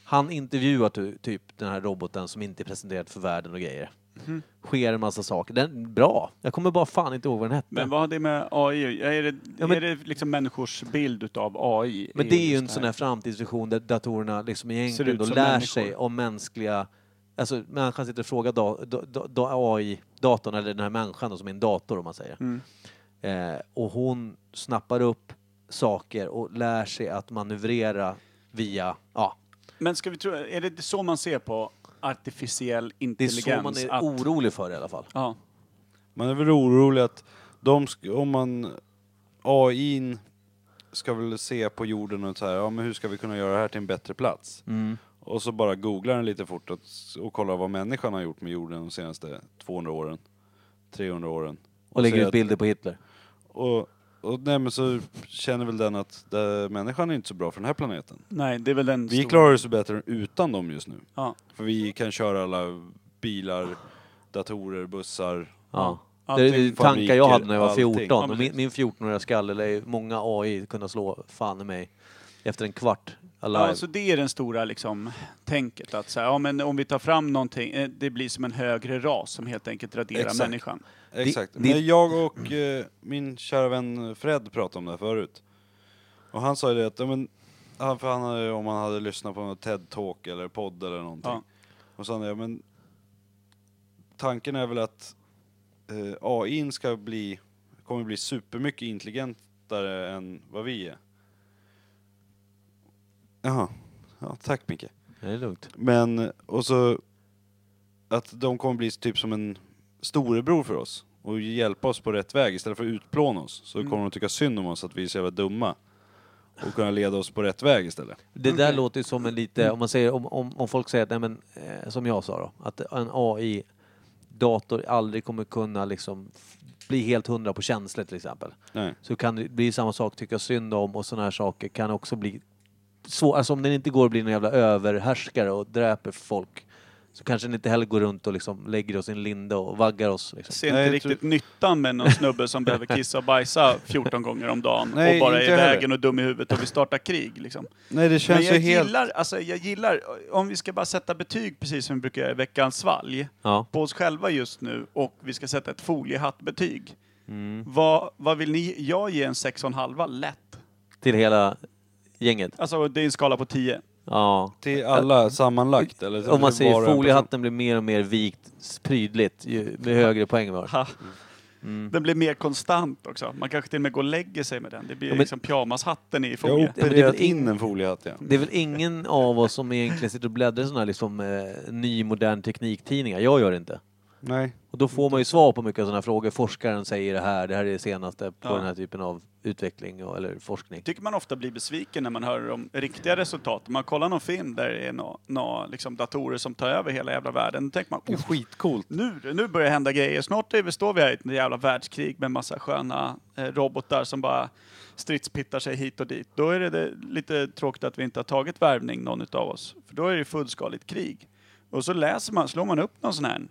han intervjuar ty- typ den här roboten som inte är presenterad för världen och grejer. Sker en massa saker. Den, bra! Jag kommer bara fan inte ihåg vad den hette.
Men vad har det med AI Är det,
Ja, men-
är det liksom människors bild utav AI?
Men det är ju
just
en sån här framtidsvision där datorerna liksom
Ser
egentligen
ut
då
som
lär
människor.
sig om mänskliga... Alltså människan sitter och frågar da, da, da, da, AI-datorn, eller den här människan då, som är en dator om man säger.
Mm.
Eh, och hon snappar upp saker och lär sig att manövrera via... Ja,
Men ska vi tro, är det så man ser på artificiell
det är
intelligens?
så man är
att,
orolig för i alla fall.
ja,
Man är väl orolig att de sk- om man AI ska väl se på jorden och så här, ja men hur ska vi kunna göra det här till en bättre plats? Och så bara googlar den lite fort och, och kollar vad människan har gjort med jorden de senaste 200 åren, 300 åren.
Och lägger
ser
ut
att-
bilder på Hitler.
Och, och nej men så känner väl den att det, människan är inte så bra för den här planeten.
nej, det är väl den
Vi
stora-
klarar oss bättre utan dem just nu.
Ja,
För vi kan köra alla bilar, datorer, bussar.
Ja.
Allting,
det är tankar jag
fabriker,
hade när jag var
allting.
14.
Ja,
och
precis.
min, min 14-åriga skalle lär ju många AI kunna slå fan i mig efter en kvart. Alive.
ja, så det är den stora liksom, tänket att så här, ja, men om vi tar fram någonting, eh, det blir som en högre ras som helt enkelt raderar
Exakt.
människan.
Exakt.
Det-
Men
det-
jag och eh, min kära vän Fred pratade om det här förut. Och han sa ju det att, ja, men, han, för han hade, om han hade lyssnat på någon TED-talk eller podd eller någonting.
Ja.
Och så sa han det, ja, men tanken är väl att eh, AI ska bli, kommer bli supermycket intelligentare än vad vi är. Jaha, ja, tack Micke.
Det är lugnt.
Men, och så att de kommer bli typ som en storebror för oss och hjälpa oss på rätt väg istället för att utplåna oss. Så kommer de tycka synd om oss att vi är så jävla dumma och kunna leda oss på rätt väg istället.
Det där låter ju som en lite, om man säger, om, om, om folk säger att, nej men, eh, som jag sa då, att en AI-dator aldrig kommer kunna liksom f- bli helt hundra på känslor till exempel.
Nej.
Så kan det bli samma sak, tycka synd om och sådana här saker kan också bli svår, alltså om den inte går att bli någon jävla överhärskare och dräper folk så kanske den inte heller går runt och liksom lägger oss i en linda och vaggar oss. Liksom.
Ser inte
Nej, jag
riktigt nyttan med någon snubbe som
*laughs*
behöver kissa och bajsa 14 gånger om dagen
Nej,
och bara är
inte
i
heller.
vägen och dum i huvudet och vill starta krig. Liksom.
Nej, det
Men
känns
jag
ju helt...
gillar, alltså, jag gillar, om vi ska bara sätta betyg precis som vi brukar göra i veckans svalg,
Ja.
på oss själva just nu och vi ska sätta ett foliehattbetyg.
Mm.
Vad, vad vill ni? Jag ger en 6,5 lätt.
Till hela gänget.
Alltså det är en skala på 10.
Ja.
Till alla sammanlagt eller?
Om man
var
säger
och en
foliehatten blir mer och mer vikt s- prydligt ju med högre poäng var.
Ha.
Mm.
Den blir mer konstant också. Man kanske till och med går och lägger sig med den. Det blir
Ja, men-
liksom pyjamashatten i
person. Jag har
folie.
men det är
opererat
väl ing-
in en foliehatt ja.
Det är väl ingen av oss som egentligen sitter och bläddrar i sådana här liksom, eh, ny modern tekniktidningar. Jag gör det inte.
Nej.
Och då får man ju svar på mycket av sådana här frågor. Forskaren säger det här, det här är det senaste på
Ja.
den här typen av utveckling och, eller forskning.
tycker man ofta blir besviken när man hör om riktiga resultat. Man kollar någon film där det är nå, nå, liksom datorer som tar över hela jävla världen. Då tänker man "Oh,
Skitcoolt.
nu, nu börjar det hända grejer. Snart är vi, står vi här i ett jävla världskrig med massa sköna eh, robotar som bara stridspittar sig hit och dit. Då är det, det lite tråkigt att vi inte har tagit värvning någon utav oss. För då är det fullskaligt krig. Och så läser man, slår man upp någon sån här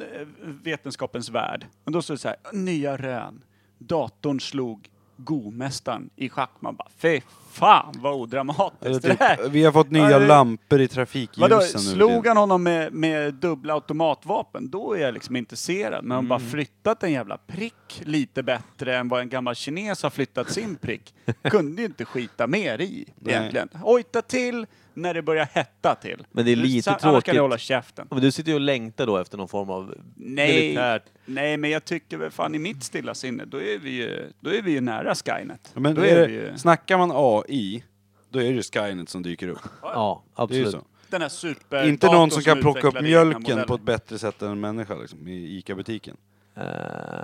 eh, vetenskapens värld. Men då står det så här, nya rön. Datorn slog gomästaren i schack. Man bara, fy fan vad
Eller
odramatiskt det här.
typ, vi har fått nya
Ja, det-
lampor i
Vadå,
trafikljusen nu.
slog han honom med, med dubbla automatvapen, då är jag liksom intresserad. Men om
Mm.
bara flyttat en jävla prick lite bättre än vad en gammal kines har flyttat sin
*laughs*
prick, kunde ju inte skita mer i
Nej.
egentligen. Ojta till när det börjar hetta till.
Men det är
Nu-
lite
sa- Annars kan
tråkigt.
jag hålla käften.
Men du sitter ju och längtar då efter någon form av
Nej,
militärt.
nej, men jag tycker väl fan i mitt stilla sinne, då är vi ju, då är vi ju nära Skynet.
Ja, Men
då
är
vi ju,
det, snackar man AI, då är det Skynet som dyker upp.
Ja,
Det är ju
absolut.
så.
den här super
Inte någon som kan plocka upp
utvecklar egna
mjölken
modeller.
på ett bättre sätt än en människa liksom, i ICA-butiken.
Eh,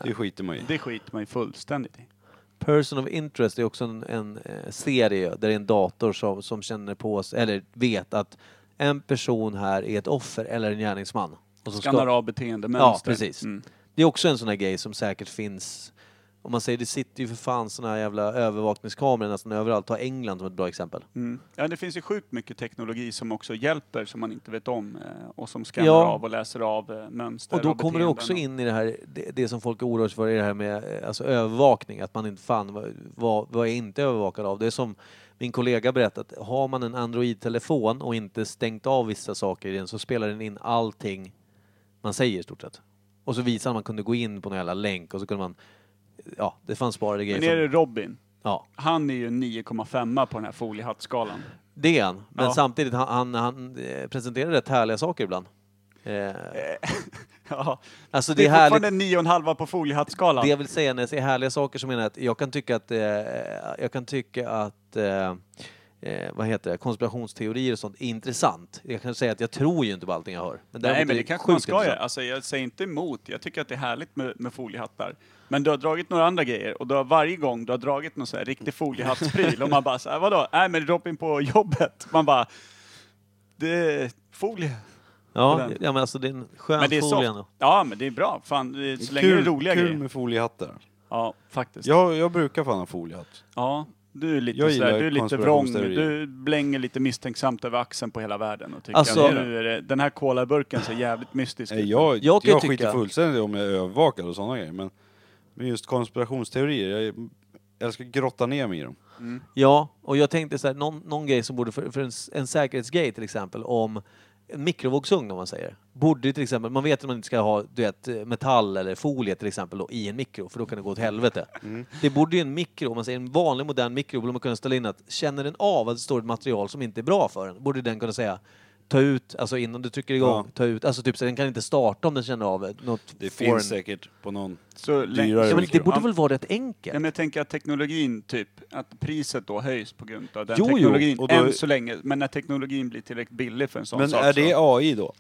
Det skiter man i.
Det skiter man ju fullständigt i.
Person of Interest är också en, en eh, serie där det är en dator som, som känner på sig, eller vet att en person här är ett offer eller en gärningsman. Och så ska-
Skannar av
Ja,
beteendemönster.
precis.
Mm.
Det är också en sån här grej som säkert finns. Om man säger, det sitter ju för fan såna här jävla övervakningskameror nästan överallt. Ta England som ett bra exempel.
Mm. Ja, det finns ju sjukt mycket teknologi som också hjälper som man inte vet om eh, och som skannar
Ja.
av och läser av eh, mönster
Och då kommer det
beteenden
också
och-
in i det här, det, det som folk oroar sig för, är det här med eh, alltså, övervakning. Att man inte fan, vad, vad, vad är jag inte övervakad av? Det är som min kollega berättat, har man en Android-telefon och inte stängt av vissa saker i den så spelar den in allting man säger i stort sett. Och så visar man, man kunde gå in på någon jävla länk och så kunde man, ja, det fanns sparade grejer.
Men är det
från-
Robin?
ja.
Han är ju 9,5 på den här foliehattskalan.
Det är han. Men
Ja.
samtidigt, han, han, han eh, presenterar rätt härliga saker ibland. Eh,
ja. *laughs*
alltså
Det
det
är
är härligt.
fortfarande 9,5 på foliehattskalan.
Det jag vill säga när jag säger härliga saker så menar jag att jag kan tycka att, eh, jag kan tycka att eh, eh, vad heter det, konspirationsteorier och sånt är intressant. Jag kan säga att jag tror ju inte på allting jag hör. Men
Nej,
däremot
men
är
det kanske man
sjukt
ska göra.
intressant.
Alltså, jag säger inte emot. Jag tycker att det är härligt med, med foliehattar. Men du har dragit några andra grejer och du har varje gång du har dragit någon sån här riktig foliehattspryl och man bara såhär, vadå? Nej, men Robin på jobbet. Man bara, det, folie, på
Ja,
den.
ja men alltså det är en skön
Men det är
folie
soft.
ändå.
Ja, men det är bra. Fan, det är- så länge det är roliga
kul
grejer.
med foliehattar.
Ja, faktiskt. Ja.
Jag, jag brukar fan ha foliehatt.
Du är lite,
Jag
sådär,
gillar
du är lite vrång.
konspirationsteorier.
Du blänger lite misstänksamt över axeln på hela världen och tycker
Alltså-
att nu är det, den här colaburken ser jävligt mystisk
Nej,
ut.
Eh, Jag,
Jag
jag,
kan ju
skiter
tycka-
fullständigt i om jag är övervakad och sådana grejer. Men, men just konspirationsteorier, jag älskar att grotta ner mig i dem.
Ja, och jag tänkte så här, någon, någon grej som borde, för, för en, s- en säkerhetsgrej till exempel, om en mikrovågsugn om man säger. Borde ju till exempel, man vet att man inte ska ha du vet, metall eller folie till exempel då, i en mikro, för då kan det gå åt helvete.
Mm.
Det borde ju en mikro, om man säger en vanlig modern mikro, borde man kunna ställa in att känner den av att det står ett material som inte är bra för den, borde den kunna säga ta ut, alltså innan du trycker igång,
Ja.
ta ut, alltså typ så den kan inte starta om den känner av ett- något
Det
foreign.
finns säkert på någon.
Så lä-
Dyrare
Ja, men det
mikro.
borde
Ja,
väl vara rätt enkelt?
Ja, men jag tänker att teknologin, typ, att priset då höjs på grund av den
Jo, jo,
teknologin,
och då-
än så länge. Men när teknologin blir tillräckligt billig för en sån
Men
sak
är det
så...
AI då?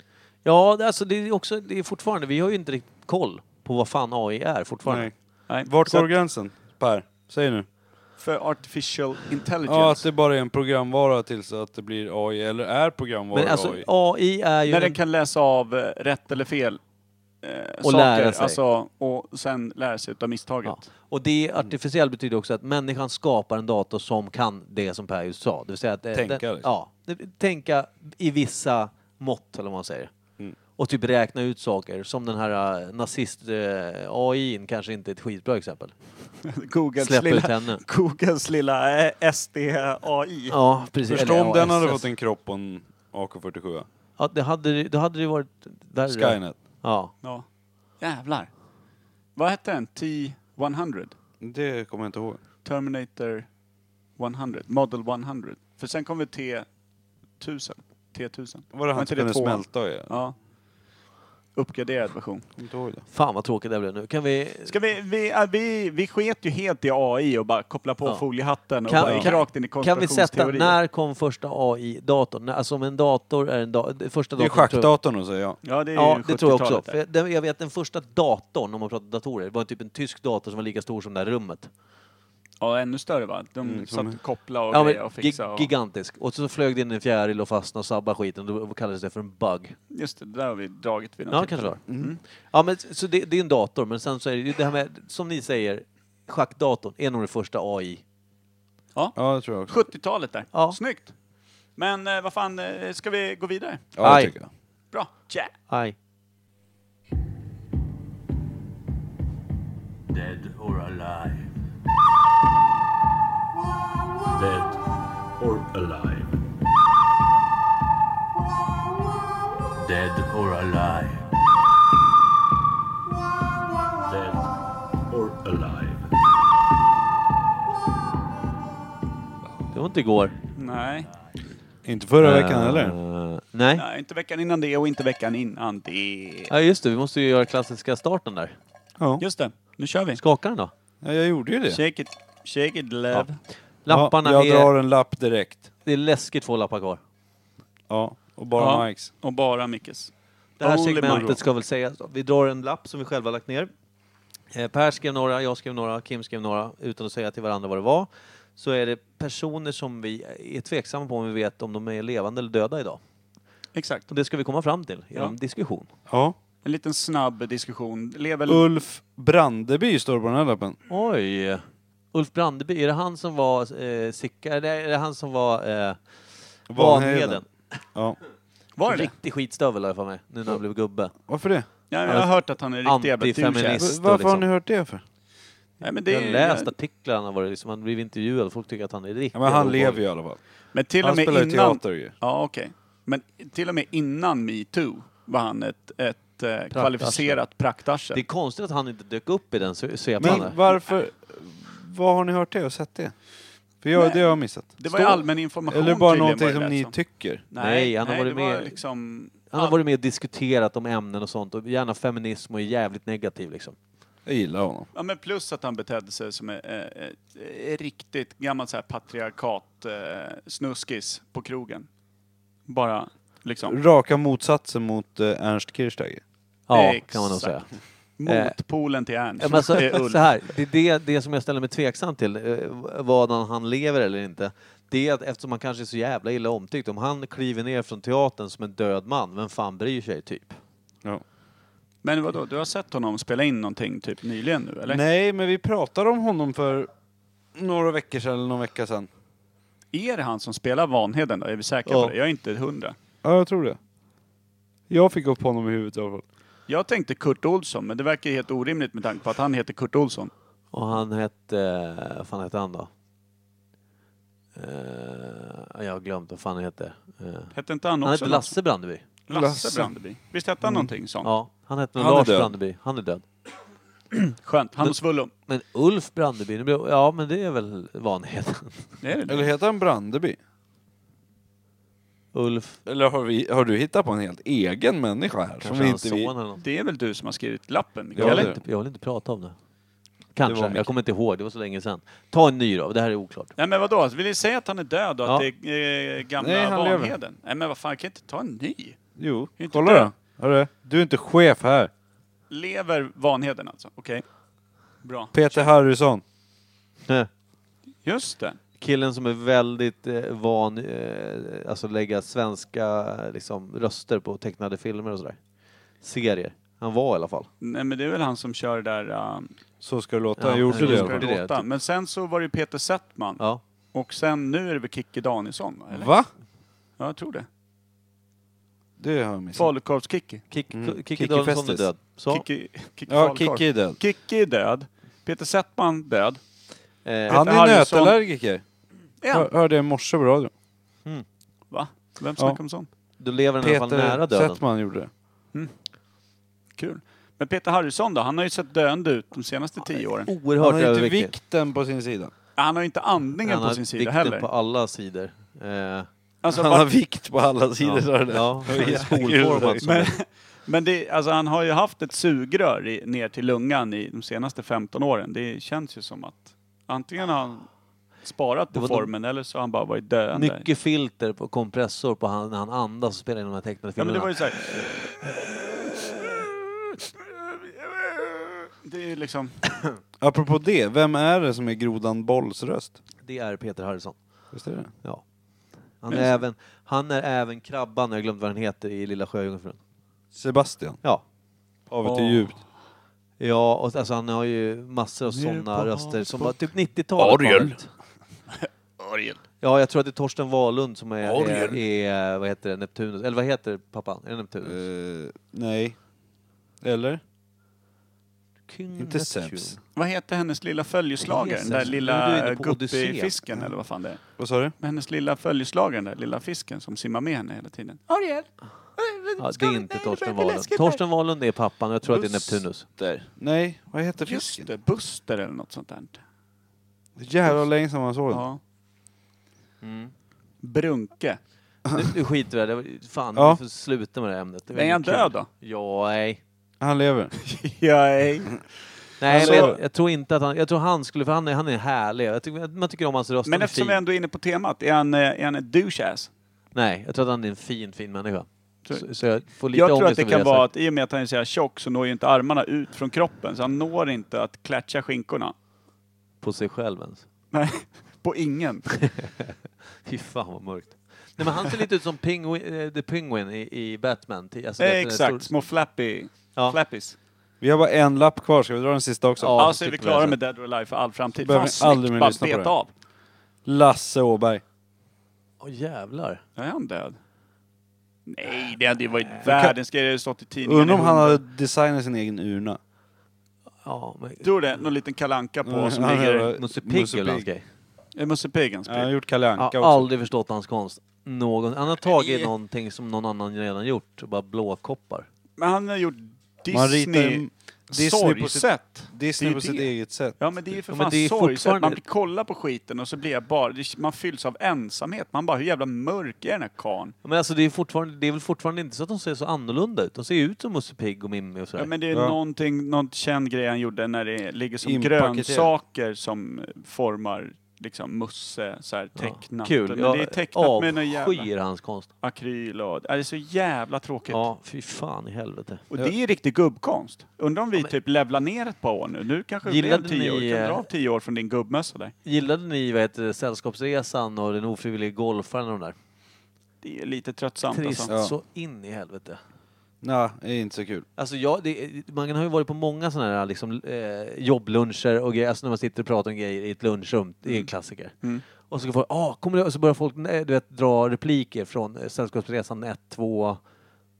Ja, det- alltså det är också, det är fortfarande, vi har ju inte riktigt koll på vad fan AI är fortfarande.
Nej.
Nej.
Vart
så
går
att
gränsen? Per, säg nu.
För artificial intelligence.
Ja, att det bara är en programvara tills att det blir AI, eller är programvara
Men alltså
AI?
AI är ju...
När
en-
den kan läsa av eh, rätt eller fel eh, och saker.
lära sig.
Alltså, och sen lära sig av misstaget.
Ja. Och det artificiell betyder också att människan skapar en dator som kan det som Per just sa. Det vill säga att, eh,
Tänka,
Den,
liksom.
ja, det- tänka i vissa mått, eller vad man säger.
Mm.
Och typ räkna ut saker, som den här eh, nazist eh, AI:n kanske inte är ett skitbra exempel.
*laughs* Googles
Släpp ut
lilla,
henne.
*laughs* Googles lilla eh, SDAI.
Ja, precis.
Förstå om
Eller
den hade
ASS.
fått en kropp på en AK47.
Ja, det hade, då hade det varit värre.
Skynet.
Ja.
Ja. Jävlar. Vad hette den? T100?
Det kommer jag inte ihåg.
Terminator 100? Model 100? För sen kom väl T1000? T1000?
Var det han
inte
som
det
kunde
tvåan?
smälta och Jag
Ja. Uppgraderad version.
kommer inte ihåg det.
Fan vad tråkigt det blev nu. Kan vi...
Ska vi, vi, ja, vi, vi sket ju helt i AI och bara koppla på
Ja.
foliehatten och
Kan-
bara gick
kan-
rakt in i
Kan vi sätta,
konspirationsteorier.
när kom första AI-datorn? När- Alltså om en dator är en dator, första
Det är
datorn... tror jag-
schackdatorn då, säger jag.
Ja, det är
Ja,
ju
det tror jag
70-talet
också.
där.
För den, jag vet den första datorn, om man pratar datorer, var typ en tysk dator som var lika stor som det här rummet.
Ja, ännu större va? De
Mm,
satt
som-
och kopplade och,
Ja,
grejer
men,
och fixade.
gig-
Och...
gigantisk. Och så flög det in en fjäril och fastnade och sabbade skiten. Då kallades det för en bug.
Just det, det där har vi dragit vid något
Ja,
tillfälle.
kanske det var.
Mm.
Ja, men så det, det är en dator, men sen så är det ju det här med, som ni säger, schackdatorn är nog det första AI.
Ja, det tror jag också.
70-talet där.
Ja.
Snyggt! Men eh, vad fan, eh, ska vi gå vidare?
Ja, det
Aj.
tycker jag.
Bra! Yeah.
Aj.
dead or alive. Dead or alive. Dead or alive. Dead or alive.
Det var inte igår.
Nej.
Inte förra veckan heller.
Eh, nej.
Nej, inte veckan innan det och inte veckan innan det.
Ja, just det. Vi måste ju göra klassiska starten där.
Ja.
Just det, nu kör vi.
Skaka den då.
ja, jag gjorde ju det.
Shake it, shake it love.
Lapparna
ja, jag
är...
drar en lapp direkt.
Det är läskigt få lappar kvar.
Ja, och bara
Ja.
Mikes.
Och bara Mickes.
Det här
Only Mario.
segmentet ska väl sägas. då. Vi drar en lapp som vi själva lagt ner. Eh, Per skrev några, jag skrev några, Kim skrev några, utan att säga till varandra vad det var. Så är det personer som vi är tveksamma på om vi vet om de är levande eller döda idag.
Exakt.
Och det ska vi komma fram till genom
Ja.
diskussion.
Ja.
En liten snabb diskussion. Lever
Ulf Brandeby står på den här lappen.
Oj! Ulf Brandeby, är det han som var eh, Sicka, eller är det han som var eh, Vanheden?
Ja.
Var det det?
Riktig skitstövel har jag för mig, nu när han blev gubbe.
Varför det?
Ja, jag har hört att han är riktig jävla
Antifeminist.
douche.
Visst,
V-
då,
Varför har
liksom.
ni hört det för?
Nej, men, det
Jag
är,
har läst artiklar, han har varit liksom, han blivit intervjuad, folk tycker att han är riktigt
Ja, men han
obehaglig.
lever ju i alla fall.
men till
Han
och med
spelar ju
innan...
teater ju.
Ja, okej. Men till och med innan metoo var han ett, ett eh, kvalificerat praktarsel.
Det är konstigt att han inte dök upp i den se- svepan. där.
Men varför... Vad har ni hört det och sett det? För jag,
Nej.
det har jag missat.
Det var ju allmän information
Eller bara
tydligen,
någonting
var det liksom.
som
lät
ni tycker.
Nej, han har
nej,
varit
det Var
med-
liksom,
Han har varit med och diskuterat om ämnen och sånt och gärna feminism och är jävligt negativ liksom.
Jag gillar honom.
ja, men plus att han betedde sig som ett, ett, ett riktigt gammalt så här patriarkat eh, snuskis på krogen. Bara liksom
Raka motsatsen mot eh, Ernst Kirchsteiger.
Ja,
Exakt.
kan man nog säga.
motpolen till Ernst.
Eh, Ja, Men alltså,
Det är Ulf.
så här, det är det, det som jag ställer mig tveksam till, eh, vad han, han lever eller inte. Det är att eftersom han kanske är så jävla illa omtyckt, om han kliver ner från teatern som en död man, vem fan bryr sig typ?
Ja.
Men vadå, du har sett honom spela in någonting typ nyligen nu eller?
Nej, men vi pratade om honom för några veckor sedan eller någon vecka sedan.
Är det han som spelar Vanheden då? Är vi säkra
Ja.
på det? Jag är inte hundra.
Ja, jag tror det. Jag fick upp honom i huvudet i alla fall.
Jag tänkte Kurt Olsson, men det verkar ju helt orimligt med tanke på att han heter Kurt Olsson.
Och han hette, eh, vad fan hette han då? Eh, jag har glömt vad fan han hette. Eh,
Hette inte han
han
också
hette Lasse Brandeby.
Lasse,
Lasse.
Brandeby? Visst hette han någonting sånt?
Ja, han hette nog
Han är
Lars
död.
Brandeby. Han är död.
Skönt. Han och Svullum.
Men Ulf Brandeby, nu blir- ja men det är väl vanheten.
Det är det.
Eller heter han Brandeby?
*laughs* Ulf,
Eller har, vi, har du hittat på en helt egen människa här?
kanske hans son
vi...
eller något.
Det är väl du som har skrivit lappen,
Ja,
Jag
Mikael?
vill,
det-
inte, jag vill inte prata om det. Kanske,
mycket.
jag kommer inte ihåg, det var så länge sedan. Ta en ny då, det här är oklart.
Nej men vadå, vill ni säga att han är död och att
Ja.
det är eh, gamla
Nej, han lever.
Vanheden? Nej men vad fan, kan jag inte ta en ny?
Jo,
Inte
kolla
död.
då. Hörru, du är inte chef här.
Lever Vanheden alltså? Okej. Bra.
Peter Harrison.
Nej.
Just det.
Killen som är väldigt eh, van, eh, alltså lägga svenska eh, liksom, röster på tecknade filmer och sådär. Serier. Han var i alla fall.
Nej men det är väl han som kör där... Uh,
Så ska det låta.
Ja,
han gjorde
så
det. i
ska
alla fall.
det.
låta. Men sen så var det ju Peter Settman.
Ja.
Och sen nu är det väl Kikki Danielsson? va, Eller?
Va?
Ja, jag tror det.
Det har jag missat.
Falukorvs-Kikki.
Kick,
Mm.
Kikki
Kiki
Danielsson är
Festis.
död. Så.
Kikki Kikki
Ja,
Falukorv.
Kikki är död.
Kikki är död. Peter Settman död.
Eh,
Han är
Harrison.
nötallergiker.
Ja.
Hör, hörde jag i morse på radio.
Va? Vem
Ja.
snackar om sånt?
då lever han i alla fall nära
Peter
döden.
Settman gjorde det.
Kul. Men Peter Harrison då, han har ju sett döende ut de senaste tio åren.
Han
Oerhört
har inte
överviktig.
vikten på sin sida.
Han har ju inte andningen
Han
på
har
sin sida
vikten
heller.
på alla sidor. Eh, *laughs*
Alltså,
han
bara- *laughs*
har vikt på alla sidor.
ja.
sa du det? *laughs*
Ja, han är
Herregud.
skolformad. som
men
en-
men det, alltså, han har ju haft ett sugrör i, ner till lungan i de senaste 15 åren. Det känns ju som att antingen har han sparat
Det
på
var de-
formen eller så har han bara varit döende.
Mycket filter på kompressor på han, när han andas och spelar in de här tecknade
Ja, men
filmerna.
det var ju så här. Det är ju liksom...
Apropå det, vem är det som är grodan Bolls röst?
det är Peter Harrison.
Visst är det?
Ja. Han, är även, han är även Krabban, jag har glömt vad han heter, i Lilla Sjöjungfrun.
Sebastian.
Ja.
Havet är
Åh.
djupt.
Ja, och, alltså han har ju massor av
Ner på
sådana röster som var
havets
typ 90-talet. var
Ariel. *laughs*
det. Ja, jag tror att det är Torsten Wahlund som är, är, är vad heter det, Neptunus, eller vad heter pappan? Är det Neptunus?
Eh, nej. Eller?
King
Inte
Neptune.
Zeus.
Vad heter hennes lilla följeslagare? Den där
Jesus. Nu är du
lilla
inne på Odysseen.
guppifisken eller vad fan det är.
Vad sa du?
Men hennes lilla följeslagare, den där lilla fisken som simmar med henne hela tiden. Ariel!
Ja, det är inte Torsten Wahlund. Torsten Wahlund är pappan och jag tror att det är
Buster.
Neptunus.
Nej, vad heter
Just
fisken?
det, Buster eller något sånt där.
Det är jävla länge sedan man såg den.
Ja.
Mm.
Brunke.
Nu, nu skiter vi i det. det. var- Fan,
Ja.
vi får sluta med det här ämnet. Det var
Är
inget
han
kul. *laughs*
död då?
Ja, nej.
Han lever.
Nej.
Nej,
Alltså-
men jag, jag tror inte att han... Jag tror han skulle... För han är, han är härlig. Jag tycker, man tycker om hans röst.
Men
han är
eftersom vi
fin.
ändå är inne på temat, är han, eh, är han ett douche-ass?
Nej, jag tror att han är en fin, fin människa.
Tror-
Så, så jag får lite
Jag tror
ångest
att det
över
kan
jag
vara
sagt.
att i och med att han är så här tjock så når ju inte armarna ut från kroppen, så han når inte att klätcha skinkorna.
På sig själv ens.
Nej, *laughs* på ingen.
Fy fan vad mörkt. Nej, men han ser lite ut som Penguin, eh, The Penguin i, i Batman. Ti- Alltså,
Eh,
vet du, den
Exakt,
stor-
små flappy,
Ja.
flappies.
Vi har bara en lapp kvar, ska vi dra den sista också?
Ja. typ.
alltså är
tycker
vi
jag
klara
så.
med Dead or Alive för all framtid.
Behöver
Fan
vi aldrig
snyggt,
mer
bara
lyssna på
beta
det.
av.
Lasse Åberg.
Åh jävlar.
Ja, Är han död? Nej, det hade ju varit världens grej. Det hade stått i tidningen.
Undrar om
i
han
hundra-
hade designat sin egen urna.
Ja, men...
Tror det? Någon liten kalanka på som
Mm, Han
ligger...
hade-
Musse Pigg
Musse
är väl hans
Pigg.
grej.
Är Musse Pigg hans
Ja, han har
pigg?
gjort Kalle Anka
Jag
också.
har aldrig förstått hans konst. Någon, han har tagit
Nej.
någonting som någon annan redan gjort och bara blåkoppar.
Men han har gjort
Man ritar
Disney...
Disney på sitt,
Sorgset.
Disney
Det är
på
det.
sitt eget sätt.
Ja men det är ju för
Ja, men
fan
det är
sorgset.
fortfarande-
Man kollar på skiten och så blir jag bara... det- Man fylls av ensamhet. Man bara, hur jävla mörk är den här karln?
Men alltså det är, fortfarande, det är väl fortfarande inte så att de ser så annorlunda ut? De ser ju ut som Musse Pigg och Mimmi och sådär.
Ja, men det är
Ja.
någonting, någon känd grej han gjorde när det ligger som
Inpaketerat.
grönsaker som eh, formar liksom musse, så här tecknat.
Kul.
Men
jag
det är tecknat med någon jävla
avskyr hans konst.
akryl och... Ja, Det är så jävla tråkigt.
Ja, fy fan i helvete.
Och det är riktig gubbkonst. Undrar om vi
Ja, men-
typ levlar ner ett par år nu. Nu kanske det blir
Gillade
en tio år.
ni,
Kan du dra
eh,
av tio år från din gubbmössa där?
Gillade ni vad heter det, Sällskapsresan och Den ofrivillige golfaren och de där?
Det är lite tröttsamt
Trist
alltså.
Ja.
så in i helvete.
Nej, det är inte så kul.
Alltså jag, det, man har ju varit på många sådana här liksom, eh, jobbluncher och grejer, alltså när man sitter och pratar om grejer i ett lunchrum, det
Mm.
är en klassiker. Och så, får, ah, kommer du, och så börjar folk eh, du vet, dra repliker från eh, Sällskapsresan 1, 2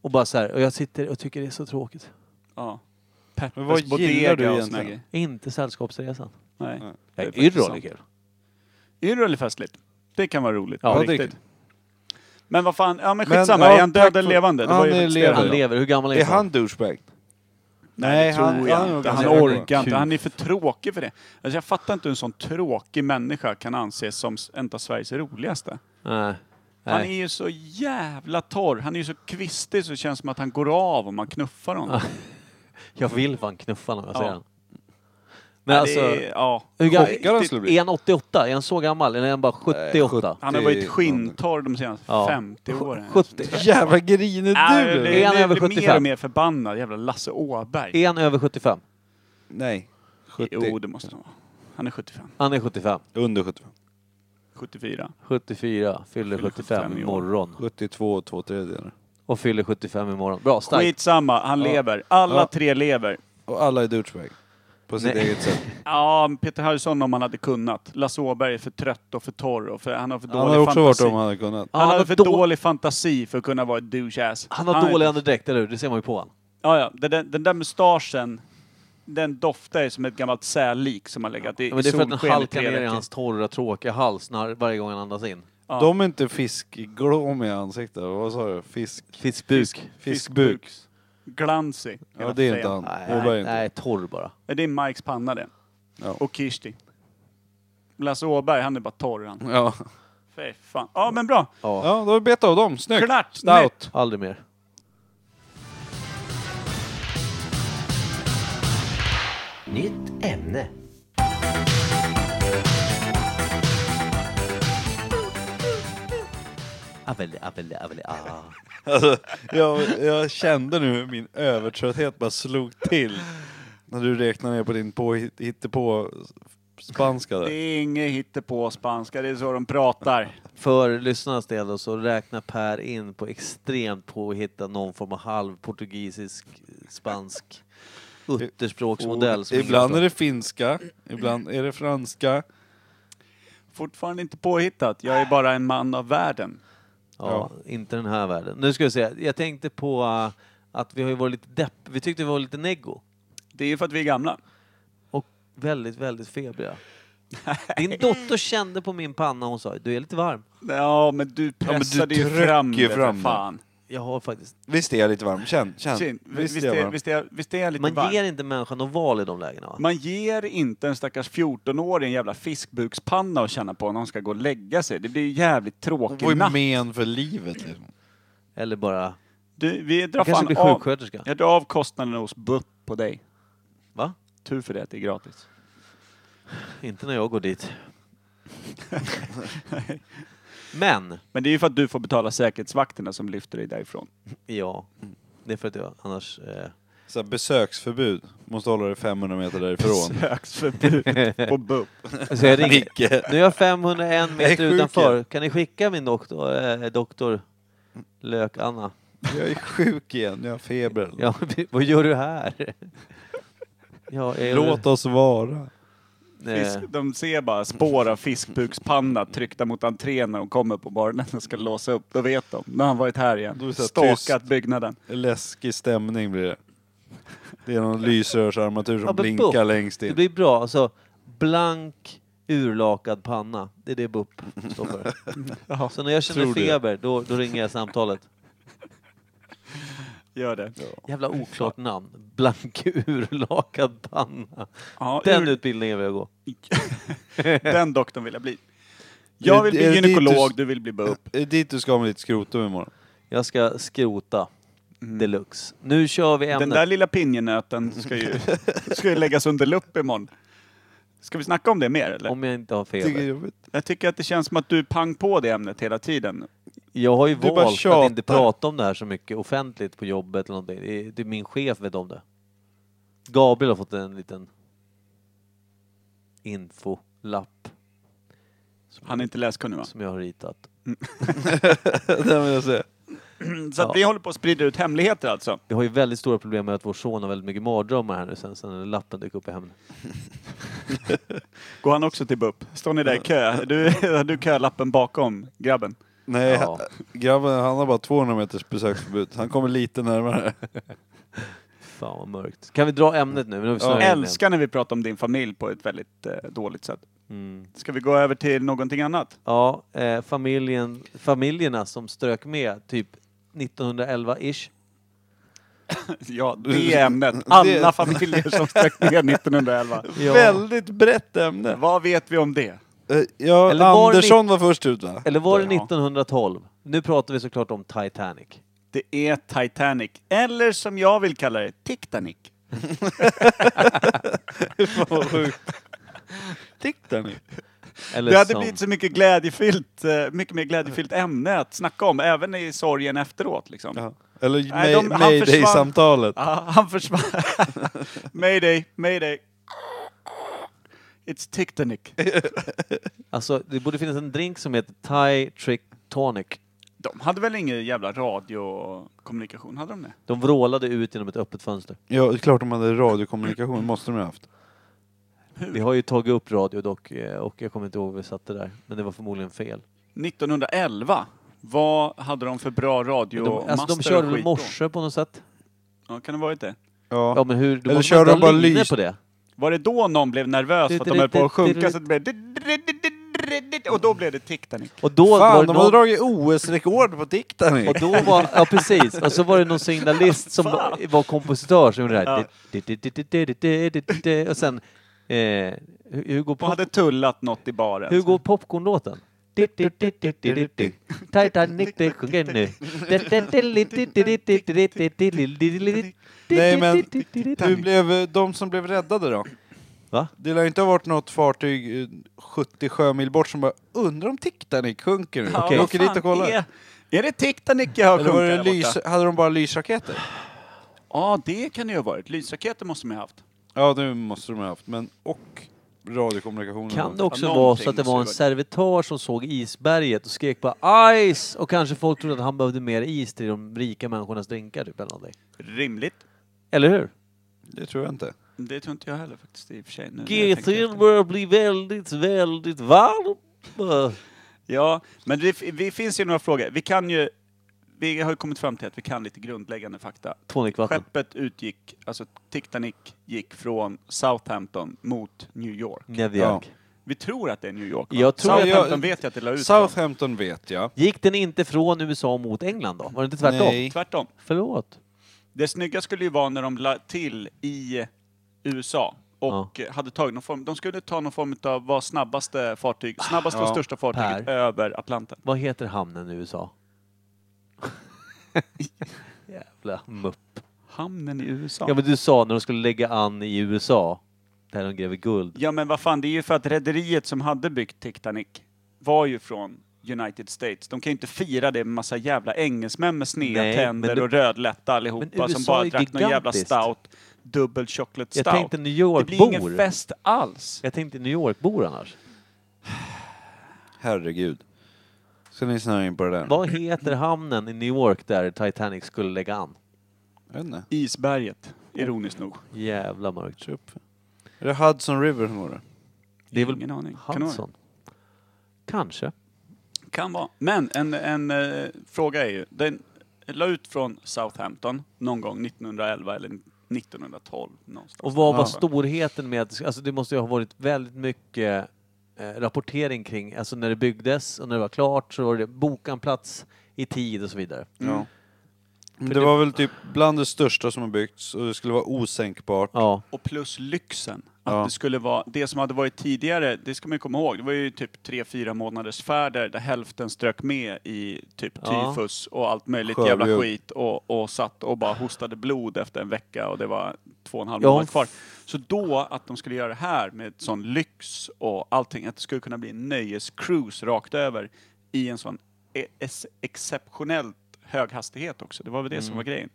och bara så här, och jag sitter och tycker det är så tråkigt.
Ja.
Men vad
Peppers Bodega
gillar du
och såna
egentligen?
grejer.
Inte Sällskapsresan.
Nej.
Nej.
Det är
Nej,
faktiskt
Yrrol är
sant.
kul.
Yrrol är festligt. Det kan vara roligt.
Ja,
på
Ja, det är
riktigt. Men, vad fan, ja men
Men,
skitsamma.
ja,
är han död
tack
eller
för-
levande? Det
Han
var ju
är
väldigt
levande.
Han
spännande.
lever, hur gammal
Är
är
han douchebag?
Nej, det
Nej, han-
tror jag
han är
inte.
nog
Han
ganska
orkar
bra.
inte. Han är för tråkig för det. Alltså jag fattar inte hur en sån tråkig människa kan anses som s- en av Sveriges roligaste.
han? Nej.
Han
Nej.
är ju så jävla torr. Han är ju så kvistig så det känns som att han går av om man knuffar honom.
Jag vill fan knuffa honom, jag ser
Ja.
den. Men
Ja,
alltså,
det är, ja.
hur
Chockad han skulle
gammal
bli.
är han? 88? Är han så gammal? Eller är han bara 78?
Han har
Det-
varit skinntorr de senaste
Ja.
50 åren.
70?
Jävla grinig
Äh, det-
Är han
det-
över
det blir mer
75?
och mer förbannad. Jävla Lasse Åberg.
Är han över 75?
Nej. 70.
Jo, det måste han vara. Han är 75.
Han är 75.
Under 75.
74.
74, fyller 75
i år.
imorgon.
72 och två tredjedelar.
Och fyller 75 imorgon. Bra, starkt.
Skitsamma, han lever. Alla
Ja.
tre lever.
Och alla är douchebag. På sitt
Nej.
eget *laughs* sätt.
Ja, men Peter Harrison om han hade kunnat. Lasse Åberg är för trött och för torr och för, han har för dålig
Han hade också varit
fantasi.
om han hade kunnat.
Ja,
han,
han
har
har
för
då-
dålig fantasi för att kunna vara ett douche-ass.
Han har
är-
dålig andedräkt, eller hur? Det ser man ju på honom.
Ja, ja. Den, där- den där mustaschen, den doftar ju som ett gammalt sällik som har legat i
Men det är för att den
solsken i
halkar
tre
ner i
veckor.
hans torra, tråkiga hals när, varje gång han andas in.
Ja.
De är inte fiskglomiga ansikten. Vad sa du? Fisk...
Fiskbuk.
Fiskbuk.
Glansig.
Ja, det är inte han.
Nej,
Åberg är
nej,
inte.
torr bara.
Nej, Det är Mikes panna det.
Ja.
Och Kirsti. Lasse Åberg, han är bara torr han.
Ja.
Fy fan. Ja, men bra.
Ja,
ja, då har vi bett av dem. Snyggt!
Klart!
Stout!
Nytt.
aldrig mer.
Nytt ämne.
Aveli, aveli, aveli, ah.
Alltså, jag, jag kände nu hur min övertrötthet bara slog till. När du räknade ner på din på, hittepå spanska
Det
där.
är inget hittepå spanska, det är så de pratar.
För lyssnarnas del då, så räknar Per in på extremt på att hitta någon form av halvportugisisk, spansk utterspråksmodell. som ingen
ibland är
förstår.
det finska, ibland är det franska.
Fortfarande inte påhittat. Jag är bara en man av världen.
Ja, inte den här världen. Nu ska vi se, jag tänkte på äh, att vi har ju varit lite depp, vi tyckte vi var lite neggo.
Det är ju för att vi är gamla.
Och väldigt, väldigt febriga. Din dotter kände på min panna och hon sa du är lite varm.
Ja, men du
men du
pressade ju
trycker
fram det för
fram det.
fan.
Jag har faktiskt...
Visst är jag lite varm? Känn, känn.
Tjena,
Visst,
Visst,
är jag
är,
varm?
visst, är, visst är jag lite
Man
varm?
ger inte människan någon val i de lägena va?
Man ger inte en stackars 14-åring en jävla fiskbukspanna att känna på när hon ska gå och lägga sig. Det blir ju jävligt
Hon
tråkigt.
får ju men för livet liksom.
Eller bara...
Du, vi drar
Jag kanske
fan
blir
av,
sjuksköterska.
jag drar av kostnaderna hos BUP på dig.
Va?
Tur för det att det är gratis.
Inte när jag går dit. Men,
Men det är ju för att du får betala säkerhetsvakterna som lyfter dig därifrån.
ja. Det är för att jag annars... Eh,
Så här, besöksförbud. Måste hålla dig 500 meter därifrån.
*laughs* Söksförbud
*laughs*
på BUP.
så jag ringer,
Micke.
nu är jag 501
Alltså, Jag är
meter
sjuk,
utanför. Kan ni skicka min doktor, eh, doktor Lök-Anna?
*laughs* Jag är sjuk igen, jag har feber.
*laughs* Ja, vad gör du här? Ja, är
Låt oss vara.
du,
Fisk,
eh,
de ser bara spår av fiskbukspanna tryckta mot entrén när de kommer på morgonen och ska låsa upp. Då vet de. Nu har han varit här
Då är
igen.
det så här
Stalkat
tyst.
byggnaden.
Läskig stämning blir det. Det är någon lysrörsarmatur som
Ja, men
blinkar
bupp.
längst
Det
in.
blir bra. Alltså, blank, urlakad panna. Det är det BUP står
*laughs*
för. Så när jag känner
Tror det.
feber, då, då ringer jag samtalet.
Gör det.
Jävla oklart namn. Blank, urlakad panna.
Ja,
Den
ur-
utbildningen vill jag gå.
Den doktorn vill jag bli. Jag vill
Är det
bli
dit du-
gynekolog, du vill bli BUP.
Är det dit du ska med ditt skrotum imorgon?
Jag ska skrota deluxe. Nu kör vi
Den
ämnet.
där lilla pinjenöten ska ju,
*laughs*
ska ju läggas under lupp imorgon. Ska vi snacka om det mer eller?
Om jag inte har
Tycker jag är
feber.
jobbigt.
Jag tycker att det känns som att du är pang på det ämnet hela tiden.
Jag har ju
Du bara
valt att inte
tjatar.
prata om det här så mycket offentligt på jobbet eller någonting. Det är, det är min chef vet om det. Gabriel har fått en liten infolapp som,
Han är inte läskunnig va?
som jag har ritat.
Det vill jag säga.
Så att vi håller på att sprida ut hemligheter alltså.
Vi har ju väldigt stora problem med att vår son har väldigt mycket mardrömmar här nu sen, sen den lappen dök upp i hemmet.
Går han också till BUP? Står ni där i kö? Du, har du kölappen bakom grabben?
Nej,
Ja.
grabben han har bara 200 meters besöksförbud. Han kommer lite närmare.
Fan vad mörkt. Kan vi dra ämnet nu? nu har vi snöat in igen.
Älskar när vi pratar om din familj på ett väldigt eh, dåligt sätt.
Mm.
Ska vi gå över till någonting annat?
Ja, eh, familjen, familjerna som strök med typ 1911-ish.
Ja, det är ämnet. Alla
Det-
familjer som strök ner 1911.
Ja.
Väldigt brett ämne.
Vad vet vi om det?
Eh, Ja,
Eller var det
Andersson var först ut va?
Eller var det
Ja.
1912? Nu pratar vi såklart om Titanic.
Det är Titanic, eller som jag vill kalla det, Titanic.
Fan vad sjukt. Titta nu.
Eller
Det hade
som,
blivit så mycket glädjefyllt, eh, mycket mer glädjefyllt ämne att snacka om, även i sorgen efteråt liksom.
Eller
Nej, de-
may-
han
Mayday-samtalet.
Ah, han försvann.
*laughs*
mayday, mayday. It's Titanic.
Alltså, det borde finnas en drink som heter Thai Trick Tonic.
De hade väl ingen jävla radiokommunikation, hade de det?
De vrålade ut genom ett öppet fönster.
Ja, det är klart de hade radiokommunikation, måste de ju ha haft.
Vi har ju tagit upp radio dock, eh, och jag kommer inte ihåg vad vi satte där. Men det var förmodligen fel.
1911, vad hade de för bra
Men
radiomaster
De,
och
alltså de
skit
körde
då?
väl morse på något sätt?
Ja, kan det varit det?
Ja.
Ja men hur, då
Eller
måste
körde
man
de bara
dra linjer
lys-
på det.
Var det då någon blev nervös för att de höll på att sjunka så det blev... Och då blev det Titanic.
Och då var
Fan,
det
de har
någon,
dragit OS-rekord på Titanic!
och då var, ja precis, och så var det någon signalist som var kompositör som gjorde det här.
Ja.
Di- di- di- di- di- di- di- di- di- di- Och sen, eh, hur, hur går
Och
pop,
hade tullat något i baren.
hur går popcornlåten? Di- di- di- di- di- di- di. Titanic, det sjunger nu. Di- di- di- di- di- di- di- di- di- di- di- di- di- di-
Nej, men-
di- di- di- di- di-
Hur blev eh, de som blev räddade då?
Va?
Det lär inte ha varit något fartyg eh, 70 sjömil bort som bara undrar om Titanic sjunker nu?
Ja,
Vi
vad
åker dit
fan
och kollar.
Är, är det Titanic jag har
Eller var det
sjunkit där
lys,
borta?
hade de bara lysraketer?
Ja, det kan det ju ha varit. Lysraketer måste man ju ha haft.
Ja, det måste de ha haft. Men och radiokommunikation.
Kan det också
Ja,
vara
någonting
så att det
måste
var
det
en
vara.
servitör som såg isberget och skrek bara ice och kanske folk trodde att han behövde mer is till de rika människornas drinkar typ eller någonting.
Rimligt.
Eller hur?
Det tror jag inte.
Det tror inte jag heller faktiskt i och för sig. Nu när jag tänker
GTn
efter.
börjar bli väldigt, väldigt varm. Eh,
Ja, men det, vi finns ju några frågor. Vi kan ju... Vi har ju kommit fram till att vi kan lite grundläggande fakta.
Tonicvatten.
Skeppet utgick, alltså Titanic gick från Southampton mot New York.
New
Ja.
York.
Vi tror att det är New York. va?
Jag tror-
Southampton
jag-
vet jag att det la ut från.
Southampton vet jag.
Gick den inte från USA mot England då? Var det inte tvärtom?
Nej.
Tvärtom.
Förlåt.
Det snygga skulle ju vara när de la till i USA och hade tagit någon form, de skulle ta någon form av vad snabbaste fartyg, snabbaste och
Ja.
största fartyget
Per.
över Atlanten.
Vad heter hamnen i
*laughs*
USA? Jävla mupp.
Hamnen i USA.
Ja men du sa när de skulle lägga an i USA, där de gräver guld.
Ja men vad fan, det är ju för att rederiet som hade byggt Titanic var ju från United States. De kan ju inte fira det med massa jävla engelsmän med sneda
Nej, men
tänder
det-
och rödlätta allihopa
Men
som
USA
bara
är
drack någon jävla
gigantiskt.
stout, dubbel chocolate stout.
Jag tänkte New
det blir ingen
York-bor.
fest alls.
Jag tänkte New York-bor annars.
Herregud. Ska ni snöa in på det där?
Vad heter hamnen i New York där Titanic skulle lägga an?
Jag vet inte.
Isberget, ironiskt nog.
Jävla mörkt.
Är det Hudson River som var det?
Det är väl
Ingen aning. Kan det vara
Hudson? Kanske.
det? Kan vara. Men en, en eh, fråga är ju, den la ut från Southampton någon gång 1911 eller 1912 någonstans.
Och vad var
Ja.
storheten med att, alltså det måste ju ha varit väldigt mycket eh, rapportering kring, alltså när det byggdes och när det var klart så var det boka en plats i tid och så vidare.
Ja. Men det var väl typ bland det största som har byggts och det skulle vara osänkbart.
Ja,
Och plus lyxen. Att
Ja.
det skulle vara, det som hade varit tidigare, det ska man ju komma ihåg, det var ju typ tre fyra månaders färder där hälften strök med i typ
Ja.
tyfus och allt möjligt
Sjöbjugg.
jävla skit och, och satt och bara hostade blod efter en vecka och det var två och en halv
Ja.
månad kvar. Så då, att de skulle göra det här med sån lyx och allting, att det skulle kunna bli en nöjescruise rakt över i en sån e- ex- exceptionellt hög hastighet också. Det var väl det som var
Mm.
grejen.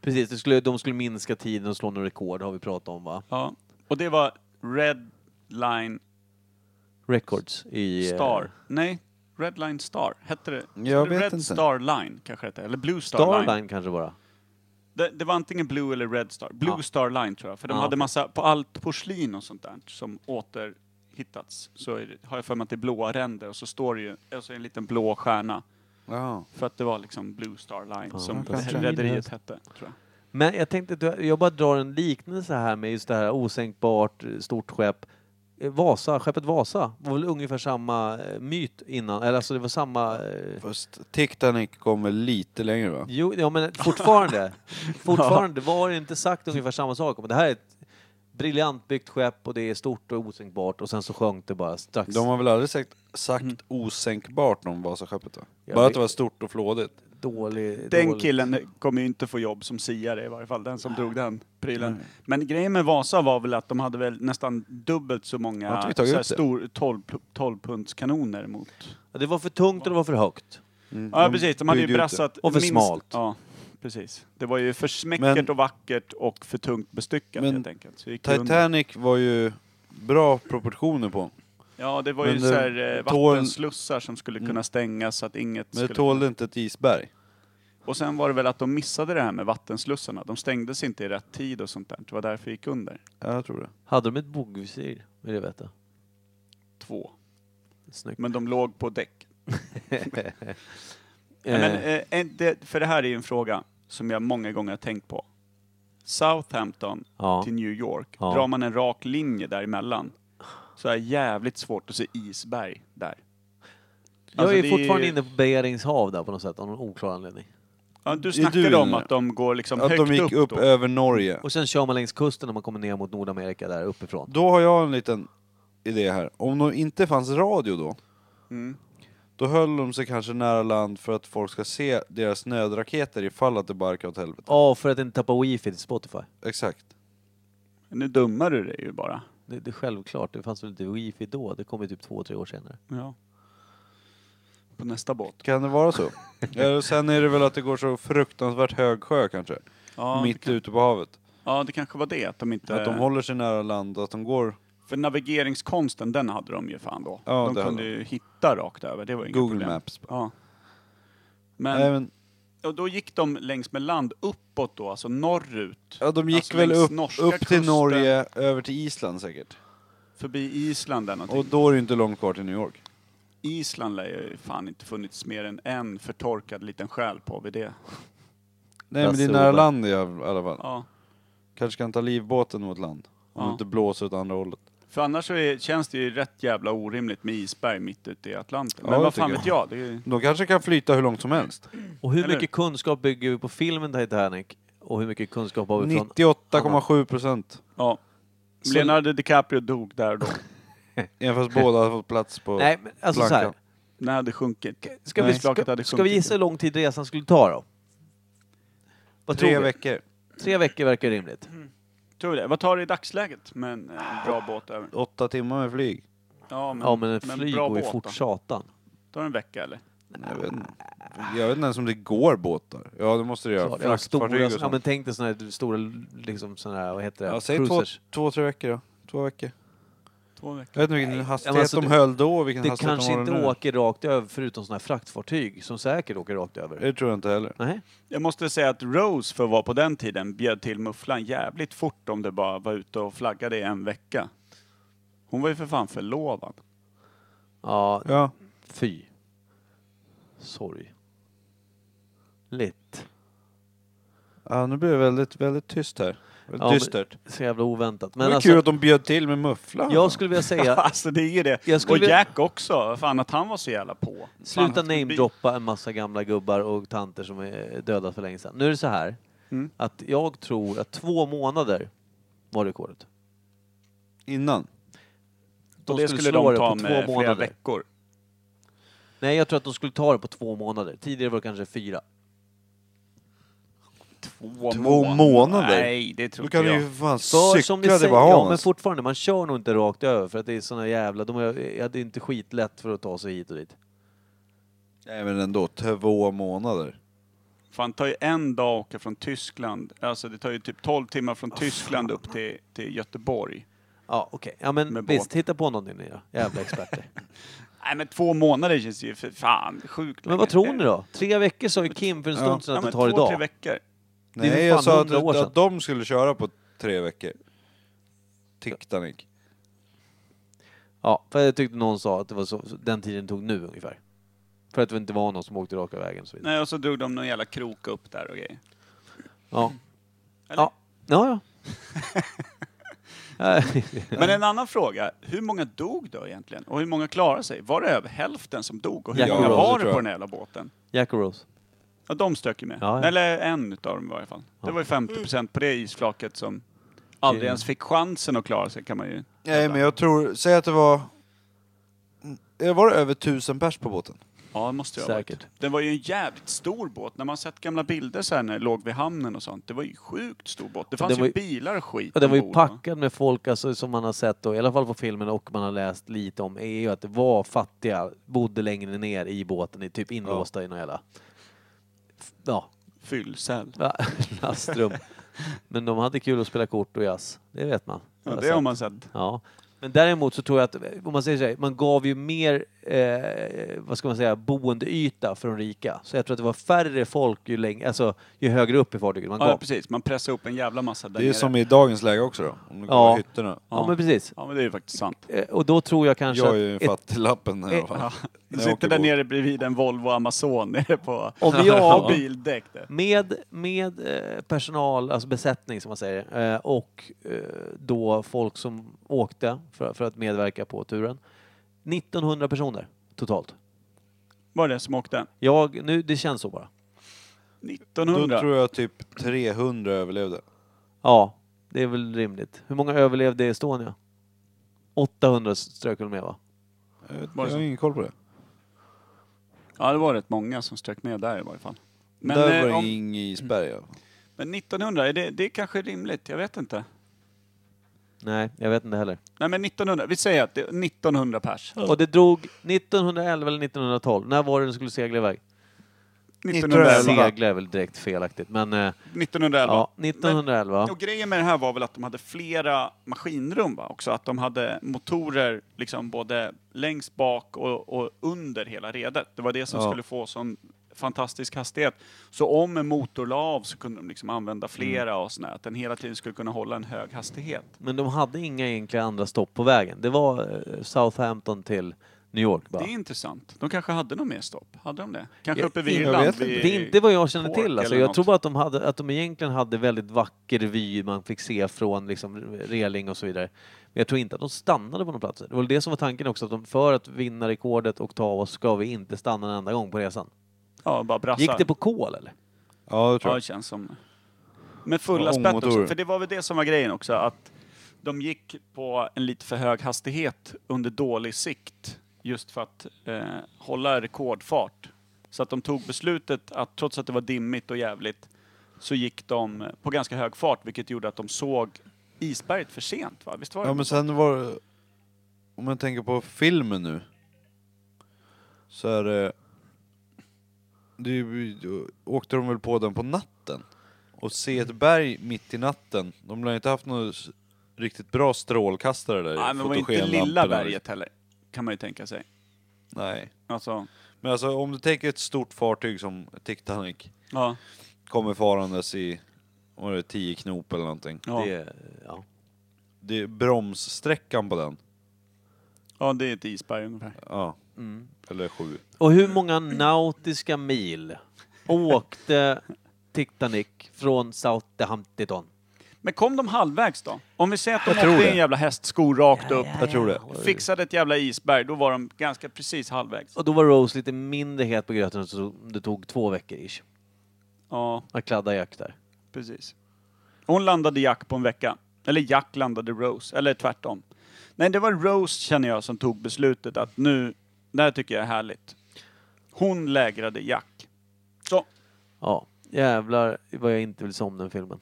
precis. Det skulle, de skulle minska tiden och slå några rekord har vi pratat om va?
Ja. Och det var Red Line
Records i... eh,
Star. Nej, Red Line Star. Hette det?
Jag
Hette det
vet
Red
inte.
Star Line kanske hette, eller Blue Star, Line.
Starline kanske bara.
Det, det var antingen Blue eller Red Star. Blue
Ja.
Star Line tror jag, för de
Ja,
hade
okej.
massa, på allt porslin och sånt där som återhittats, så är det, har jag för mig att det är blåa ränder och så står det ju alltså en liten blå stjärna.
Ja.
För att det var liksom Blue Star Line som
kanske.
rederiet hette, tror jag.
Men jag tänkte att du- jag bara drar en liknelse här med just det här osänkbart, eh, stort skepp. Eh, Vasa, skeppet Vasa var väl ungefär samma eh, myt innan, eller alltså det var samma... eh,
Fast Titanic kom väl lite längre va?
Jo, ja men fortfarande. fortfarande var det inte sagt ungefär samma sak. Men det här är ett briljant byggt skepp och det är stort och osänkbart och sen så sjönk det bara strax.
De har väl aldrig sagt, sagt
Mm.
osänkbart om Vasaskeppet va?
Ja,
Bara att
det-
det var stort och flådigt.
Dålig,
Den
dålig-
killen kommer ju inte få jobb som siare i varje fall, den som drog den prylen. Men grejen med Vasa var väl att de hade väl nästan dubbelt så
Har
många
inte vi
så
tagit
här
ut det?
stor 12 12-punktskanoner mot...
Ja, Det var för tungt och det var för högt.
Ja precis, de hade ju
byggde ut det.
brassat...
Och för
minst-
smalt.
Ja, precis. Det var ju för smäckert
Men-
och vackert och för tungt bestyckat
Men
helt enkelt. Så det gick under.
Titanic var ju bra proportioner på
Ja, det var
Men
ju
det
så här eh,
tål- Mm.
vattenslussar som skulle kunna stängas så att inget
Men det
skulle...
tålde inte ett isberg.
Och sen var det väl att de missade det här med vattenslussarna. De stängdes inte i rätt tid och sånt där. Det var därför det gick under.
Ja, jag tror det.
Hade de ett bogvisir? Vill jag veta.
Två.
Snyggt.
Men de låg på däck.
Eh,
Men, eh, en- det, för det här är ju en fråga som jag många gånger har tänkt på. Southampton
ja.
till New York,
Ja.
drar man en rak linje däremellan så är det jävligt svårt att se isberg där.
Jag
Alltså,
är
det
fortfarande
är-
inne på Berings hav där på något sätt av någon oklar anledning.
Ja, du
är
snackade
du
om
nu.
att de går liksom
Att
högt
de gick upp
då.
över Norge.
Och sen kör man längs kusten när man kommer ner mot Nordamerika där uppifrån.
Då har jag en liten idé här. Om det inte fanns radio då,
Mm.
då höll de sig kanske nära land för att folk ska se deras nödraketer ifall att det barkar åt helvete.
Ja, för att inte tappa wifi till Spotify.
Exakt.
Nu dummar du dig ju bara.
Det, det är självklart, det fanns väl inte wifi då? Det kom ju typ två, tre år senare.
Ja. På nästa båt.
Kan det
*laughs*
vara så? Eller sen är det väl att det går så fruktansvärt hög sjö kanske.
Ja, det,
mitt
kan, Eh.
ute på havet.
ja det kanske var det, att de inte...
Att de håller sig nära land och att de går...
För navigeringskonsten, den hade de ju fan då.
Ja,
de
det
kunde
hade
ju hitta rakt över, det var inget
Google Eh.
problem.
Maps.
Ja.
Nej,
Men,
men,
och då gick de längs med land uppåt då, alltså norrut.
ja, de gick
Alltså
väl
längs
upp,
norska
upp till
kusten.
Norge, över till Island säkert.
Förbi Island där någonting.
Och då är det ju inte långt kvar till New York.
Island lär ju fan inte funnits mer än en förtorkad liten själ på vid det.
Nej men det är
Lasse
nära
Åberg.
land i all- alla fall.
Ja.
Kanske kan ta livbåten mot land. Om
Ja.
det inte blåser åt andra hållet.
För annars så är, känns det ju rätt jävla orimligt med isberg mitt ute i Atlanten.
Ja,
Men
det
vad fan
tycker
vet jag? Det är ju...
De kanske kan flyta hur långt som helst.
Och hur
Eller
mycket kunskap bygger vi på filmen Titanic? Och hur mycket kunskap har vi från...
98,7 procent.
Ja.
Så-
Leonardo DiCaprio dog där och då.
Även fast båda har fått plats på...
Nej, men alltså så här.
Plankan.
Den hade sjunkit.
Ska vi,
Nej. Flaket
ska,
hade
ska vi
sjunkit.
gissa hur lång tid resan skulle ta då? Vad
Tre
tror vi?
veckor.
Tre veckor verkar rimligt.
Mm, Tror vi det? Vad tar det i dagsläget med en eh, bra båt över?
Åtta timmar med flyg.
Ja, men ett flyg
bra
går ju
båt
fort
då?
satan.
Tar det en vecka eller?
Jag vet inte. Jag vet inte ens om det går båtar. Ja det måste det göra.
Klart, ja, stora,
Fraktfartyg och
ja, men
sånt.
tänk dig sådana här stora, liksom sådana här, vad heter det?
Ja, säg två,
Cruisers.
två, tre veckor då. Två veckor.
Två veckor.
Jag vet inte vilken
men
hastighet
alltså
de
det-
höll då och vilken
Det
hastighet
kanske
de
inte
håller nu.
åker rakt över förutom sådana här fraktfartyg som säkert åker rakt över.
Det tror jag inte heller.
Nej.
Jag måste säga att Rose, för att vara på den tiden, bjöd till mufflan jävligt fort om det bara var ute och flaggade i en vecka. Hon var ju för fan förlovad.
Ja,
Ja.
fy. Sorg. Litt.
ja, nu blir det väldigt, väldigt tyst här. Väldigt
Ja, men-
dystert.
Så jävla oväntat.
det
Men
var
alltså,
kul att de bjöd till med mufflan.
jag skulle vilja säga,
*laughs* Alltså det är ju det.
Jag skulle
Och
vilja-
Jack också. Fan att han var så jävla på. Fan, han
sluta
skulle bli-
namedroppa en massa gamla gubbar och tanter som är döda för länge sedan. Nu är det så här,
Mm.
att jag tror att två månader var rekordet.
Innan.
Och det skulle de ta med flera veckor.
Nej, jag tror att de skulle ta det på två månader. Tidigare var det kanske fyra.
Två,
Två månader?
Nej, det tror
Då
inte
kan du
jag.
ju för
För
fan
som ni
cykla till
säger, ja men
Bahamas.
fortfarande, man kör nog inte rakt över för att det är såna jävla, de har- hade inte skitlätt för att ta sig hit och dit.
Nej men ändå, två månader.
Fan, det tar ju en dag att åka från Tyskland. Alltså det tar ju typ 12 timmar från Tyskland upp till, till Göteborg.
Ja okej, ja men
Med
visst,
båt.
hitta på någonting ni då, jävla experter.
Nej men två månader känns ju för fan sjukt
men
länge.
vad tror ni då? Tre veckor sa ju Kim för en stund sedan
Ja,
att det
men
tar
två, tre
idag.
veckor.
Det är
Nej
för
jag
fan
sa att,
100 år sedan.
att de skulle köra på tre veckor. Titanic.
Ja, för jag tyckte någon sa att det var så, den tiden det tog nu ungefär. För att det inte var någon som åkte raka vägen och så vidare.
Nej, och så drog de någon jävla krok upp där och grejer.
Ja.
Eller?
Ja, ja. ja.
Men en annan fråga. Hur många dog då egentligen? Och hur månnga klarade sig? Var det över hälften som dog? Och hur
Ja,
många
det
var
tror
det
jag.
på den här jävla båten?
Jack och Rose.
Ja, de stök ju med.
Ja, ja.
Eller en utav dem i varje fall. Det var ju 50 procent på det isflaket som aldrig ens fick chansen att klara sig kan man ju...
Nej, men jag tror, säg att det var... Det var över tusen pers på båten.
Ja, det måste jag ha varit.
Säkert.
Den var ju en jävligt stor båt. När man sett gamla bilder så här när det låg vid hamnen och sånt. Det var ju sjukt stor båt. Det fanns
den var
ju
ju-
bilar och skit
Ja, den var ju
ombord, va?
packad med folk alltså, som man har sett, då, i alla fall på filmen och man har läst lite om, är ju att det var fattiga, bodde längre ner i båten, i typ inlåsta i någon jävla... f- Ja, *laughs*
Fyllcell.
va- lastrum. Men de hade kul att spela kort och jazz, det vet man.
Ja,
Jag
det har man sett.
Ja. Men däremot så tror jag att, om man säger så här, man gav ju mer, eh, vad ska man säga, boendeyta för de rika. Så jag tror att det var färre folk ju, längre, alltså, ju högre upp i fartyget man
Ja,
gav.
precis. Man pressar upp en jävla massa där
Det är
nere.
som i dagens läge också då, om du kollar
Ja.
hytterna.
Ja.
Ja, men precis.
Ja, men det är ju faktiskt sant.
Eh, Och då tror jag kanske
Jag är ju
att ett,
fattiglappen här i alla fall.
Du
Jag
sitter
åker
där
båt.
nere bredvid en Volvo Amazon nere på,
Om
*laughs*
jag-
på bildäck. Där.
med, med eh, personal, alltså besättning som man säger, eh, och eh, då folk som åkte för, för att medverka på turen. 1900 personer totalt.
Var det som åkte?
Jag, nu, det känns så bara.
Då
1900?
tror jag typ 300 överlevde.
Ja, det är väl rimligt. Hur många överlevde i Estonia? 800 strök väl med va?
Jag, vet,
Var
jag
det
har
så?
ingen koll på det.
Ja, det var rätt många som strök med där i varje fall. Men,
där var
eh,
det
om, Mm.
ing isberg. Ja.
men 1900, är det, det är kanske rimligt. Jag vet inte.
Nej, jag vet inte heller.
Nej, men 1900. Vi säger att det är 1900 pers.
Och det drog 1911 eller 1912. När var det den skulle segla iväg?
1911.
Segla är väl direkt felaktigt, men eh,
1911.
ja, 1911.
Och grejen med det här var väl att de hade flera maskinrum va? också, att de hade motorer liksom både längst bak och, och under hela redet. Det var det som
Ja.
skulle få sån fantastisk hastighet. Så om en motor la av så kunde de liksom använda flera
Mm.
och sådär, att den hela tiden skulle kunna hålla en hög hastighet.
Men de hade inga egentliga andra stopp på vägen. Det var eh, Southampton till New York bara.
Det är intressant. De kanske hade något mer stopp? Hade de det? Kanske
Jag-
uppe vid
jag
Irland?
vet inte.
vid
Det är inte vad jag känner
Cork
till. Alltså,
eller
jag
något.
tror bara att de, hade, att de egentligen hade väldigt vacker vy man fick se från liksom, reling och så vidare. Men jag tror inte att de stannade på någon plats. Det var väl det som var tanken också, att de, för att vinna rekordet och ta oss ska vi inte stanna en enda gång på resan.
Ja, bara brassar.
Gick det på kol eller?
Ja, det
Ja,
tror
det
jag.
känns som Med fulla
Ja,
spett också,
ångmotorer.
för det var väl det som var grejen också, att de gick på en lite för hög hastighet under dålig sikt, just för att eh, hålla rekordfart. Så att de tog beslutet att trots att det var dimmigt och jävligt, så gick de på ganska hög fart, vilket gjorde att de såg isberget för sent, va? Visst var det?
Ja, men sen var det- Om jag tänker på filmen nu. Så är det... det är ju- då åkte de väl på den på natten? Och se ett berg mitt i natten. De lär inte haft någon s- riktigt bra strålkastare där.
Nej, men det var inte
fotogenlampor
lilla
där.
berget heller, kan man ju tänka sig.
Nej.
Alltså,
Men alltså om du tänker ett stort fartyg som Titanic.
ja.
Kommer farandes i, vad är det, 10 knop eller någonting.
Ja, det är,
Det, ja.
Det är bromssträckan på den.
ja, det är ett isberg ungefär.
Ja.
Mm.
Eller sju.
Och hur många nautiska mil åkte Titanic från Southampton?
Men kom de halvvägs då? Om vi säger att de
Jag tror
åkte i en
det.
jävla hästsko rakt upp,
Jag tror det.
fixade ett jävla isberg, då var de ganska precis halvvägs.
Och då var Rose lite mindre het på gröten så det tog två veckor ish.
Ja,
Att kladda Jack där.
precis. Hon landade Jack på en vecka. Eller Jack landade Rose, eller tvärtom. Nej, det var Rose känner jag som tog beslutet att nu, det här tycker jag är härligt. Hon lägrade Jack. Så,
Ja, jävlar vad jag inte vill se om den filmen.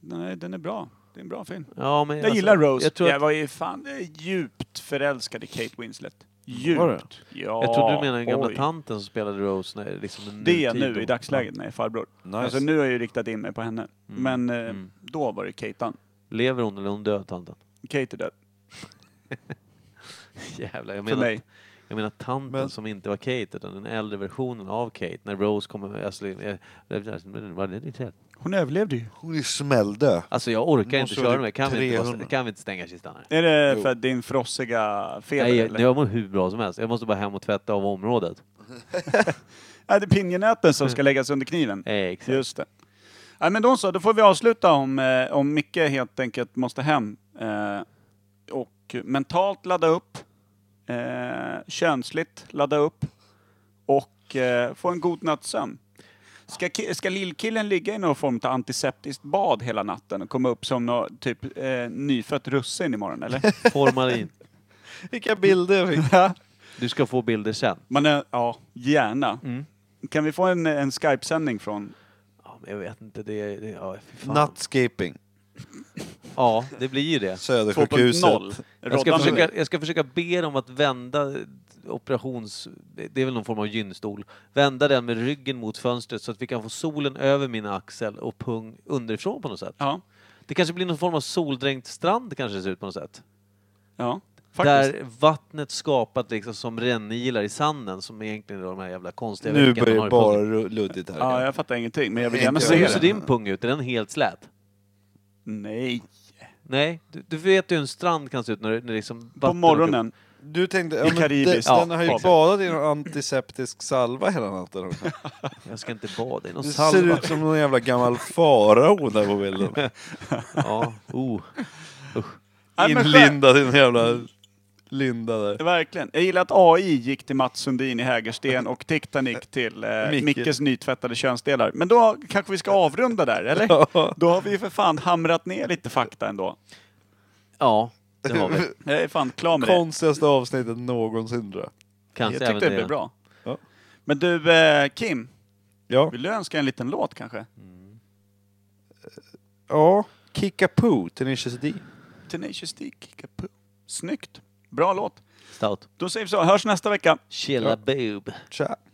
nej den är bra. Det är en bra film.
Ja, men
Jag gillar Rose.
Alltså, Jag,
Jag,
tror att,
var ju fan eh, djupt förälskad i Kate Winslet. Djupt.
Var det?
Ja.
jag trodde du menade den gamla
oj.
tanten som spelade Rose när, liksom i
Det är
nutid
nu
då.
i dagsläget, nej farbror.
Nice.
Alltså nu har jag ju riktat in mig på henne.
Mm,
Men eh, då var det Keitan.
Ja. Lever hon eller är hon död tanten? *laughs*
Kate är död.
Jävlar, jag
För
menar,
mig.
jag menar tanten
Men-
som inte var Kate utan den äldre versionen av Kate när Rose kommer... Alltså, eh, var det ditt fel?
Hon överlevde ju.
Hon är smällde.
alltså jag orkar
Måste
inte
vara
köra
typ
med. Kan vi inte, bara,
300.
kan vi inte stänga kistan här?
Är det
Jo.
för att din frossiga feber
Nej,
eller?
jag, jag mår hur bra som helst. Jag måste bara hem och tvätta av området.
Är det pinjenäten
Mm.
som ska läggas under kniven?
Eh, Exakt.
Just det. Nej men då så, då får vi avsluta om, eh, om Micke helt enkelt måste hem. Eh, och mentalt ladda upp. Eh, könsligt ladda upp. Och eh, få en god natts sömn. Ska, ki- ska lillkillen ligga i någon form av antiseptiskt bad hela natten och komma upp som nå, typ eh, nyfött russin
*laughs*
imorgon eller?
Formalin.
Vilka bilder jag *laughs* fick.
Du ska få bilder sen.
Man är, ja, gärna.
Mm.
Kan vi få en, en Skype-sändning från...
Ja, men jag vet inte, det, det ja, fy fan.
Nattscaping.
Ja, det blir ju det.
Södersjukhuset.
Jag ska,
Roddan-
försöka, jag ska försöka be dem att vända operations... Det är väl någon form av gynstol. Vända den med ryggen mot fönstret så att vi kan få solen över min axel och pung underifrån på något sätt.
Ja,
Det kanske blir någon form av soldränkt strand kanske det ser ut på något sätt.
ja. Faktiskt.
Där vattnet skapat liksom som rännilar i sanden som egentligen är de här jävla konstiga
Nu
veckorna man
börjar
har
det
i pungen.
bara ru- luddigt här.
Ja, jag fattar ingenting, men jag vill gärna
Inte
se
Hur ser
det.
din pung ut? Är den helt slät?
Nej,
Nej, du, du vet ju hur en strand kan se ut när, det- när liksom vatten
på
åker upp.
morgonen.
Du tänkte,
I
ja, men den,
Karibis.
den har
Ja.
ju badat i någon antiseptisk salva hela natten. *laughs*
Jag ska inte bada i någon
Du
salva.
ser ut som någon jävla gammal farao där på *laughs* bilden.
Ja, oh.
Nej, men skönt.
Inlindad i en jävla linda där.
Verkligen. Jag gillar att AI gick till Mats Sundin i Hägersten och Tiktanik till *laughs* eh,
Micke.
Mickes nytvättade könsdelar. Men då kanske vi ska avrunda där, *laughs* eller? Då har vi ju för fan hamrat ner lite fakta ändå.
Ja, det har vi.
Jag är fan klar med det.
Konstigaste avsnittet någonsin tror jag.
Jag
Kanske
tyckte
även
det
det.
blev bra.
Ja.
Men du, eh, Kim.
Ja.
Vill du önska en liten låt kanske?
Ja, Kickapoo, Tenacious D.
Tenacious D, Kickapoo. Snyggt. Bra låt.
Stout.
Då säger vi så. Hörs nästa vecka.
Chilla boob.
Tja.